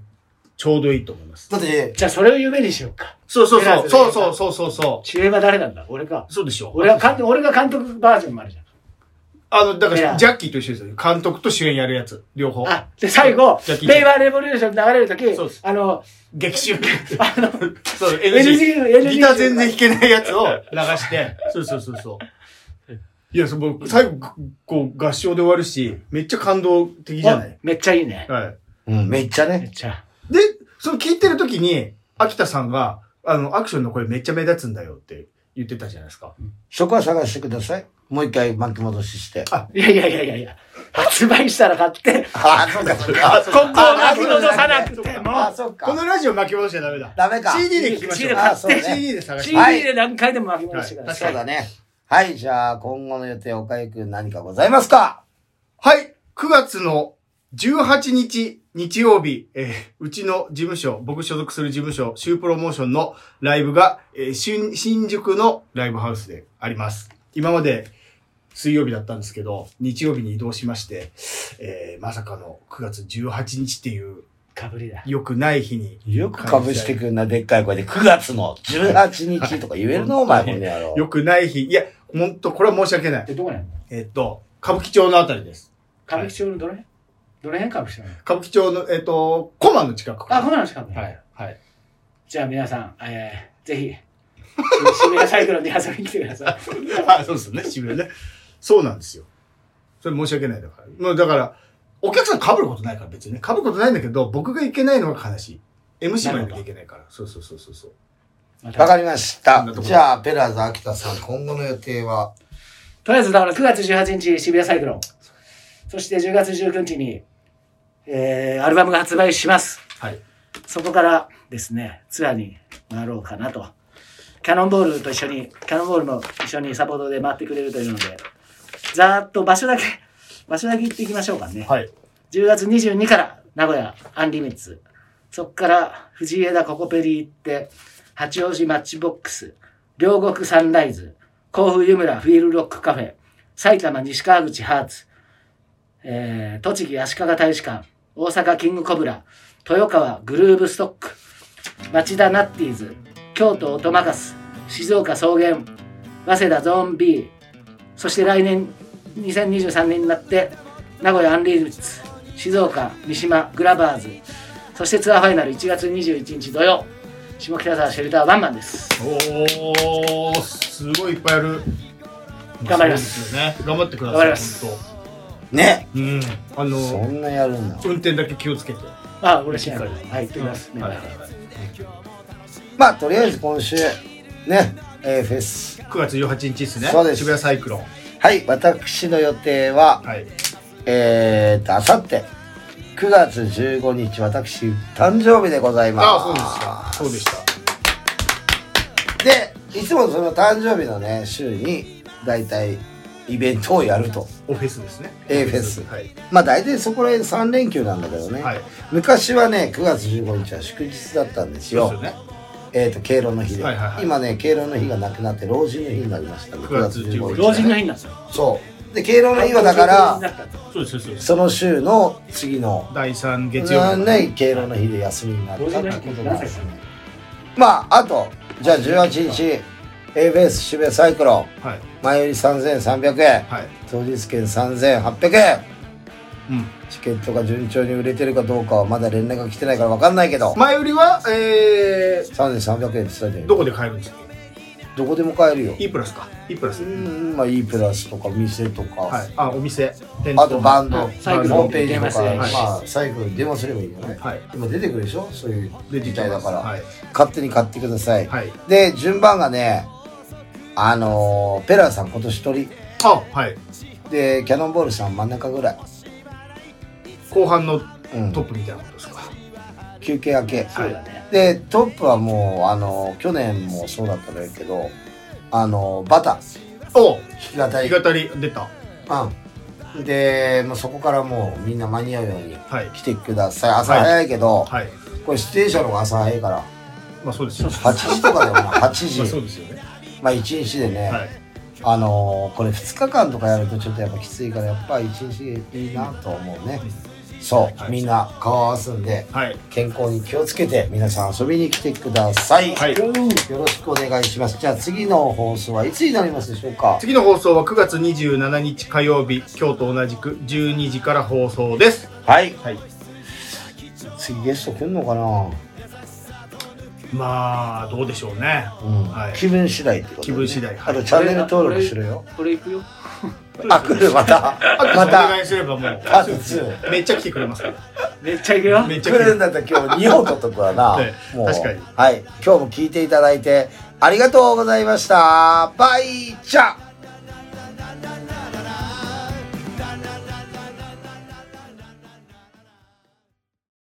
Speaker 2: ちょうどいいと思います。
Speaker 1: だって、
Speaker 4: じゃあそれを夢にしようか。
Speaker 2: そうそう
Speaker 4: ペラ
Speaker 2: そ
Speaker 4: ーズ
Speaker 2: う。
Speaker 4: の映
Speaker 2: そう
Speaker 4: 画
Speaker 2: そうそうそうそ
Speaker 4: 主演は誰なんだ俺か
Speaker 2: う。。そうでしょ。
Speaker 4: 俺は監督、俺が監督バージョンもあるじゃん。
Speaker 2: あの、だか
Speaker 4: ペラー
Speaker 2: ら、
Speaker 4: ズ
Speaker 2: ジャッキーと一緒ですよ。監督と主演やるやつ。両方。
Speaker 4: あ、で、最後、
Speaker 2: ジャッキー
Speaker 4: 令和レボリューション流れるとき
Speaker 2: そうです、
Speaker 4: あの、
Speaker 2: 劇中。
Speaker 4: あの、
Speaker 2: そう、
Speaker 4: NG
Speaker 2: NG。
Speaker 4: NG
Speaker 2: ギター全然弾けないやつを流して。そうそうそうそう。いや、その、最後、こう、合唱で終わるし、めっちゃ感動的じゃない
Speaker 4: めっちゃいいね。
Speaker 2: はい。
Speaker 1: うん、めっちゃ
Speaker 4: め
Speaker 1: ね
Speaker 4: っ。ちゃ。
Speaker 2: で、その聞いてる時に、秋田さんが、あの、アクションの声めっちゃ目立つんだよって言ってたじゃないですか。
Speaker 1: そこは探してください。もう一回巻き戻しして。
Speaker 2: あ
Speaker 4: いやいやいやいやいや。発売したら買って、
Speaker 1: あ、そうか、そうか。
Speaker 4: ここを巻き戻さなくて
Speaker 1: あ、
Speaker 4: も、
Speaker 1: そうか。
Speaker 2: このラジオ巻き戻しちゃダメだ。
Speaker 1: ダメか。
Speaker 2: CD で聞きましょう。
Speaker 1: あそうね
Speaker 2: CD で探して。
Speaker 1: はい
Speaker 4: CD で何回でも巻き戻してくだ
Speaker 1: そ
Speaker 4: さ
Speaker 1: う
Speaker 4: い。
Speaker 1: だね。はい、じゃあ、今後の予定、岡井くん何かございますか
Speaker 2: はい。9月の18日、日曜日、えーうちの事務所、僕所属する事務所、シュープロモーションのライブが、えー新、新宿のライブハウスであります。今まで水曜日だったんですけど、日曜日に移動しまして、えーまさかの9月18日っていう
Speaker 4: かぶりだ。
Speaker 2: 良くない日に。
Speaker 1: よく被してくんな、でっかい声で。9月の18日とか言えるの、お前、この野郎。
Speaker 2: 良くない日。いや、ほんと、これは申し訳ない。
Speaker 4: で、どこにあるの
Speaker 2: えっと、歌舞伎町のあたりです。
Speaker 4: 歌舞伎町のどの辺どの辺歌舞伎町なの
Speaker 2: 歌舞伎町の、えっと、コマの近く。
Speaker 4: あ、こんなのしかない。
Speaker 2: はい。はい。
Speaker 4: じゃあ皆さん、えー、ぜひ、渋谷サイクロンに遊びに来てください。
Speaker 2: あ、 そうですね、渋谷ね。そうなんですよ。それ申し訳ないだから。もうだから、お客さん被ることないから別にね。被ることないんだけど、僕がいけないのが悲しい。MC もやんなきゃいけないから。そうそうそうそうそう。
Speaker 4: また
Speaker 1: わかりまし
Speaker 2: そん
Speaker 1: た
Speaker 2: なと。こ
Speaker 1: じゃあ、ペラーズ秋田さん、今後の予定は
Speaker 4: とりあえず、だから9月18日、渋谷サイクロン。そして10月19日に、えー、アルバムが発売します。
Speaker 2: はい。
Speaker 4: そこからですね、ツアーに回ろうかなと。キャノンボールと一緒に、キャノンボールも一緒にサポートで回ってくれるというので、ざーっと場所だけ、場所だけ行っていきましょうかね。
Speaker 2: はい。
Speaker 4: 10月22から名古屋アンリミッツ。そっから藤枝ココペリ行って、八王子マッチボックス、両国サンライズ、甲府湯村フィールロックカフェ、埼玉西川口ハーツ、えー、栃木足利大使館、大阪キングコブラ、豊川グルーブストック、町田ナッティーズ、京都オトマカス、静岡草原、早稲田ゾーン B、そして来年2023年になって名古屋アンリールツ静岡三島グラバーズそしてツアーファイナル1月21日土曜下北沢シェルターワンマンです
Speaker 2: おー、すごいいっぱいある。。
Speaker 4: 頑張ります
Speaker 2: よね。頑張ってください。
Speaker 4: 頑張ります
Speaker 2: 本
Speaker 1: ね。
Speaker 2: 当。うん。あ
Speaker 1: そ
Speaker 2: の、
Speaker 1: んなやるんだ。
Speaker 2: 運転だけ気をつけて。は
Speaker 4: ああ嬉しいなはい行ってきます、
Speaker 2: い
Speaker 4: ね
Speaker 2: はいはい。
Speaker 1: まあ、とりあえず今週、ね、えーフェス。
Speaker 2: 9月18日ですね。
Speaker 1: そうです
Speaker 2: 渋谷サイクロン。
Speaker 1: はい、私の予定は、
Speaker 2: はい。
Speaker 1: えーと、あさって、9月15日、私、誕生日でございます。
Speaker 2: ああ、そうでした。そうでした。
Speaker 1: でいつもその誕生日のね週に大体イベントをやると
Speaker 2: オフェスですね。
Speaker 1: A フェス
Speaker 2: はい。
Speaker 1: まあ大体そこら辺3連休なんだけどね、
Speaker 2: はい。
Speaker 1: 昔はね9月15日は祝日だったんです
Speaker 2: そう
Speaker 1: よ
Speaker 2: ですよね。
Speaker 1: えっ、と敬老の日で、
Speaker 2: はいはいはい
Speaker 1: 今ね敬老の日がなくなって老人の日になりましたね
Speaker 2: 9月15
Speaker 4: 老人の
Speaker 1: 日
Speaker 4: 日になったの
Speaker 1: そうで敬老の日はだから
Speaker 2: そうです、そうです。
Speaker 1: その週の次の
Speaker 2: 第3月曜日。
Speaker 1: ね敬老の日で休みになった
Speaker 4: 老
Speaker 1: って
Speaker 4: 人の日
Speaker 1: こ
Speaker 4: っ
Speaker 1: とな
Speaker 4: て
Speaker 1: ん
Speaker 4: 何
Speaker 1: で
Speaker 4: 歳
Speaker 1: す
Speaker 4: か
Speaker 1: よまああとじゃあ18日 A フェス渋谷サイクロン
Speaker 2: はい。
Speaker 1: 前より3300円
Speaker 2: はい。
Speaker 1: 当日券3800円
Speaker 2: うん。
Speaker 1: チケットが順調に売れてるかどうかはまだ連絡が来てないから分かんないけど、
Speaker 2: 前売りは、え
Speaker 1: 3300円って伝えてる
Speaker 2: ー、ど
Speaker 1: ど
Speaker 2: こで買えるんですか
Speaker 1: こでも買えるよ
Speaker 2: ?E プラスか。E プラス
Speaker 1: う。んまあ E プラスとか店とか、
Speaker 2: はい。あ、お店。店
Speaker 1: あとバンド
Speaker 2: は
Speaker 1: ホ
Speaker 2: い
Speaker 4: サイクル
Speaker 1: ームページとか、
Speaker 4: はい
Speaker 1: まあサイクルに電話すればいいんじゃない、
Speaker 2: はい。
Speaker 1: 今出てくるでしょそういう
Speaker 2: で、
Speaker 1: 時代だから、
Speaker 2: はい。
Speaker 1: 勝手に買ってください、
Speaker 2: はい。
Speaker 1: で順番がねあのーペラーさん今年取り
Speaker 2: あ、はい。
Speaker 1: でキャノンボールさん真ん中ぐらい
Speaker 2: 後半の
Speaker 1: うん
Speaker 2: トップみたいなことですか。
Speaker 1: 休憩明け。
Speaker 4: そうだね。
Speaker 1: で、トップはもう、あの、去年もそうだったんだけど、あの、バタ、
Speaker 2: おう
Speaker 1: 弾き語り。
Speaker 2: 弾き語り出た。
Speaker 1: うん。で、もうそこからもうみんな間に合うように
Speaker 2: はい。
Speaker 1: 来てください。朝早いけど、
Speaker 2: はい。
Speaker 1: これステーションの方が朝早いから、
Speaker 2: まあそうですよね。
Speaker 1: 8時とかだよな、8時。
Speaker 2: まあそうですよね。
Speaker 1: まあ1日でね、
Speaker 2: はい。
Speaker 1: あのーこれ2日間とかやるとちょっとやっぱきついからやっぱ1日でいいなと思うねそう、
Speaker 2: はい
Speaker 1: みんな顔合わすんで
Speaker 2: はい。
Speaker 1: 健康に気をつけて皆さん遊びに来てください、
Speaker 2: はい
Speaker 1: よろしくお願いしますじゃあ次の放送はいつになりますでしょうか
Speaker 2: 次の放送は9月27日火曜日、今日と同じく12時から放送です。
Speaker 1: はい
Speaker 2: はい。
Speaker 1: 次ゲスト来んのかな、
Speaker 2: まあ、どうでしょうね。
Speaker 1: うん
Speaker 2: はい
Speaker 1: 気分次第ってこと、ね、
Speaker 2: 気分次第はい
Speaker 1: あとチャンネル登録しろよ
Speaker 4: これ行くよ。
Speaker 1: あ来るまたま
Speaker 2: お
Speaker 1: た
Speaker 2: 願いすればもう、
Speaker 1: パート2
Speaker 2: めっちゃ来てくれますから。
Speaker 4: めっちゃ行くよ。
Speaker 2: めっちゃ
Speaker 1: 来
Speaker 2: 来
Speaker 1: る
Speaker 2: る
Speaker 1: ん。だったら今日2本取っとくわな
Speaker 2: ええ
Speaker 1: もう
Speaker 2: 確かに
Speaker 1: はい今日も聞いていただいてありがとうございましたバイチャ